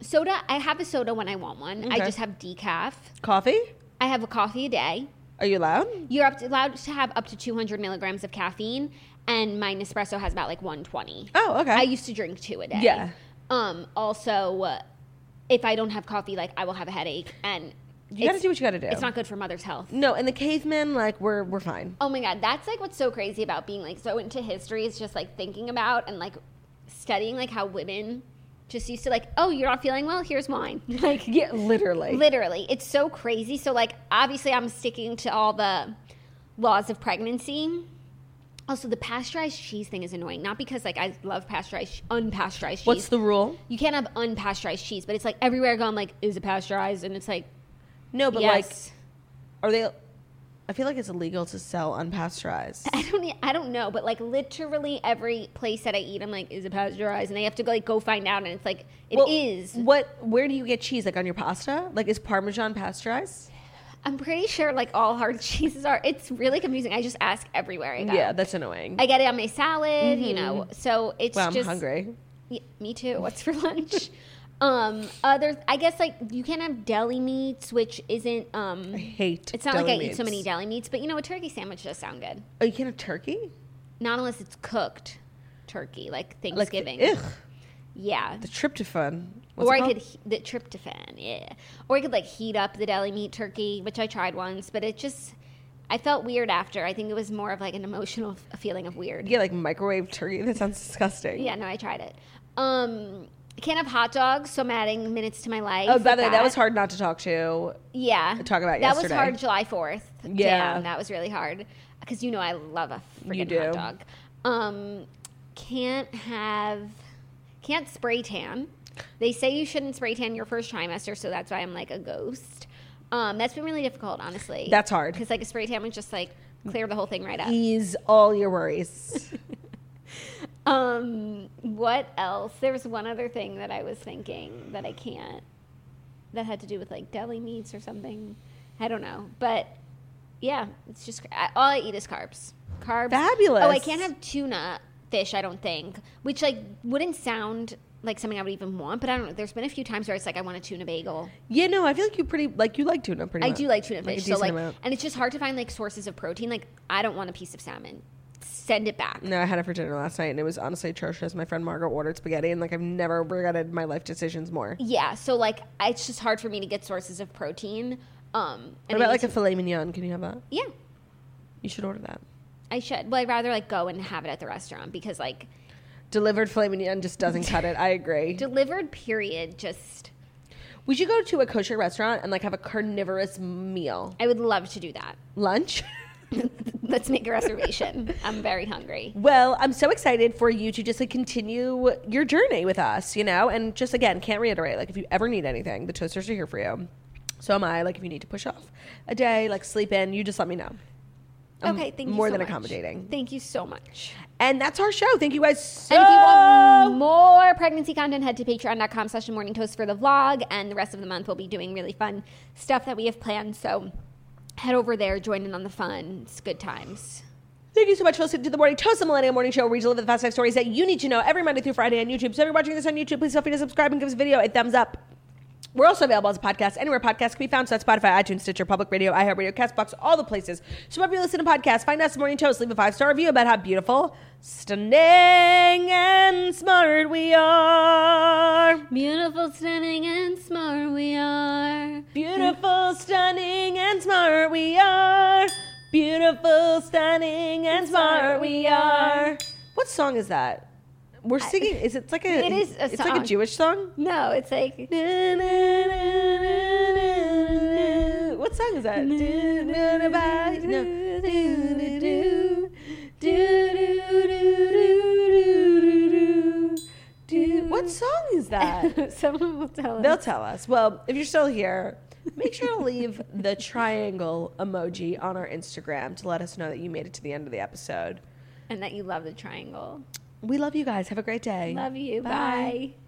S3: soda. I have a soda when I want one. I
S2: Okay.
S3: just have decaf.
S2: Coffee?
S3: I have a coffee a day.
S2: Are you allowed?
S3: You're up to, allowed to have up to 200 milligrams of caffeine, and my Nespresso has about like 120.
S2: Oh, okay.
S3: I used to drink two a day.
S2: Yeah.
S3: Um. Also, uh, if I don't have coffee, like I will have a headache, and
S2: you got to
S3: it's-
S2: do what you got to do.
S3: It's not good for mother's health.
S2: No, and the cavemen, like, we're, we're fine.
S3: Oh my god, that's like what's so crazy about being like so into history is just like thinking about and like studying like how women just used to like, oh, you're not feeling well, here's wine. Like
S2: Yeah, literally.
S3: literally, it's so crazy. So like obviously I'm sticking to all the laws of pregnancy. Also, the pasteurized cheese thing is annoying. Not because like I love pasteurized, unpasteurized cheese.
S2: What's the rule?
S3: you can't have unpasteurized cheese, but it's like everywhere I go, I'm like, is it pasteurized? And it's like,
S2: No, but
S3: yes.
S2: like, are they. I feel like it's illegal to sell unpasteurized.
S3: I don't e- I don't know, but like literally every place that I eat, I'm like, is it pasteurized? And I have to go like go find out, and it's like it
S2: Well,
S3: is.
S2: What? Where do you get cheese? Like on your pasta? Like is Parmesan pasteurized?
S3: I'm pretty sure like all hard cheeses are. It's really confusing. I just ask everywhere I go.
S2: Yeah, that's annoying.
S3: I get it on my salad, you know. So it's
S2: well, I'm
S3: just
S2: hungry.
S3: Yeah, me too. What's for lunch? um, other I guess like you can have deli meats, which isn't um.
S2: I hate.
S3: It's not
S2: deli
S3: like I eat
S2: meats.
S3: so many deli meats, but you know a turkey sandwich does sound good.
S2: Oh, you can have turkey.
S3: Not unless it's cooked turkey, like
S2: Like the-
S3: Thanksgiving.
S2: ugh,
S3: yeah.
S2: the tryptophan. What's
S3: or
S2: it
S3: I could
S2: called?
S3: he- the tryptophan, yeah. Or I could like heat up the deli meat turkey, which I tried once, but it just I felt weird after. I think it was more of like an emotional f- feeling of weird.
S2: Yeah, like microwave turkey. That sounds disgusting.
S3: Yeah, no, I tried it. Um, I can't have hot dogs, so I'm adding minutes to my life.
S2: Oh, by
S3: with
S2: the way, that was hard not to talk to.
S3: Yeah,
S2: Talk about
S3: that
S2: yesterday.
S3: was hard. July Fourth.
S2: Yeah.
S3: Damn, that was really hard because you know I love a
S2: You
S3: freaking
S2: do.
S3: hot dog. Um, can't have, can't spray tan. They say you shouldn't spray tan your first trimester, so that's why I'm like a ghost. Um, that's been really difficult, honestly.
S2: That's hard.
S3: because like a spray tan would just like clear the whole thing right up.
S2: Ease all your worries.
S3: Um, what else? There was one other thing that I was thinking that I can't. That had to do with like deli meats or something. I don't know, but yeah, it's just I, all I eat is carbs. Carbs.
S2: Fabulous.
S3: Oh, I can't have tuna fish, I don't think, which like wouldn't sound like something I would even want, but I don't know. There's been a few times where it's like I want a tuna bagel.
S2: Yeah, no, I feel like you pretty like you like tuna pretty.
S3: I
S2: much.
S3: do like tuna
S2: a
S3: fish, so
S2: decent
S3: like,
S2: amount.
S3: and it's just hard to find like sources of protein. Like, I don't want a piece of salmon. Send it back.
S2: No, I had it for dinner last night, and it was honestly atrocious. My friend Margaret ordered spaghetti, and like I've never regretted my life decisions more.
S3: Yeah, so like, I- it's just hard for me to get sources of protein. Um,
S2: What
S3: and I
S2: about
S3: need
S2: like
S3: to-
S2: a filet mignon? Can you have that?
S3: yeah,
S2: You should order that.
S3: I should. Well, I'd rather like go and have it at the restaurant because like
S2: Delivered filet mignon just doesn't cut it. I agree.
S3: delivered. Period. Just
S2: We should go to a kosher restaurant and like have a carnivorous meal.
S3: I would love to do that.
S2: Lunch?
S3: Let's make a reservation. I'm very hungry.
S2: Well, I'm so excited for you to just like continue your journey with us, you know? And just again, can't reiterate, like if you ever need anything, the toasters are here for you. So am I. Like if you need to push off a day, like sleep in, you just let me know. I'm
S3: okay, thank you.
S2: Um, more
S3: so
S2: than
S3: much.
S2: accommodating.
S3: Thank you so much.
S2: And that's our show. Thank you guys so
S3: And if you want more pregnancy content, head to patreon.com slash the morning toast for the vlog. And the rest of the month, we'll be doing really fun stuff that we have planned. So head over there, join in on the fun. It's good times.
S2: Thank you so much for listening to the Morning Toast, the Millennial Morning Show, where we deliver the fast five stories that you need to know every Monday through Friday on YouTube. So if you're watching this on YouTube, please feel free to subscribe and give this video a thumbs up. We're also available as a podcast anywhere podcasts can be found. So that's Spotify, iTunes, Stitcher, Public Radio, iHeartRadio, CastBox, all the places. So wherever you listen to podcasts, find us the Morning Toast, leave a five star review about how beautiful, stunning, and smart we are.
S3: Beautiful, stunning, and smart we are.
S2: Beautiful, stunning, and smart we are. Beautiful, stunning, and smart we are. What song is that? We're singing. Is it it's like a?
S3: It is a
S2: it's like a
S3: song.
S2: Jewish song.
S3: No, it's like.
S2: What song is that? No. What song is that?
S3: Someone will tell us.
S2: They'll tell us. Well, if you're still here, make sure to leave the triangle emoji on our Instagram to let us know that you made it to the end of the episode.
S3: and that you love the triangle.
S2: We love you guys. Have a great day.
S3: Love you.
S2: Bye.
S3: Bye.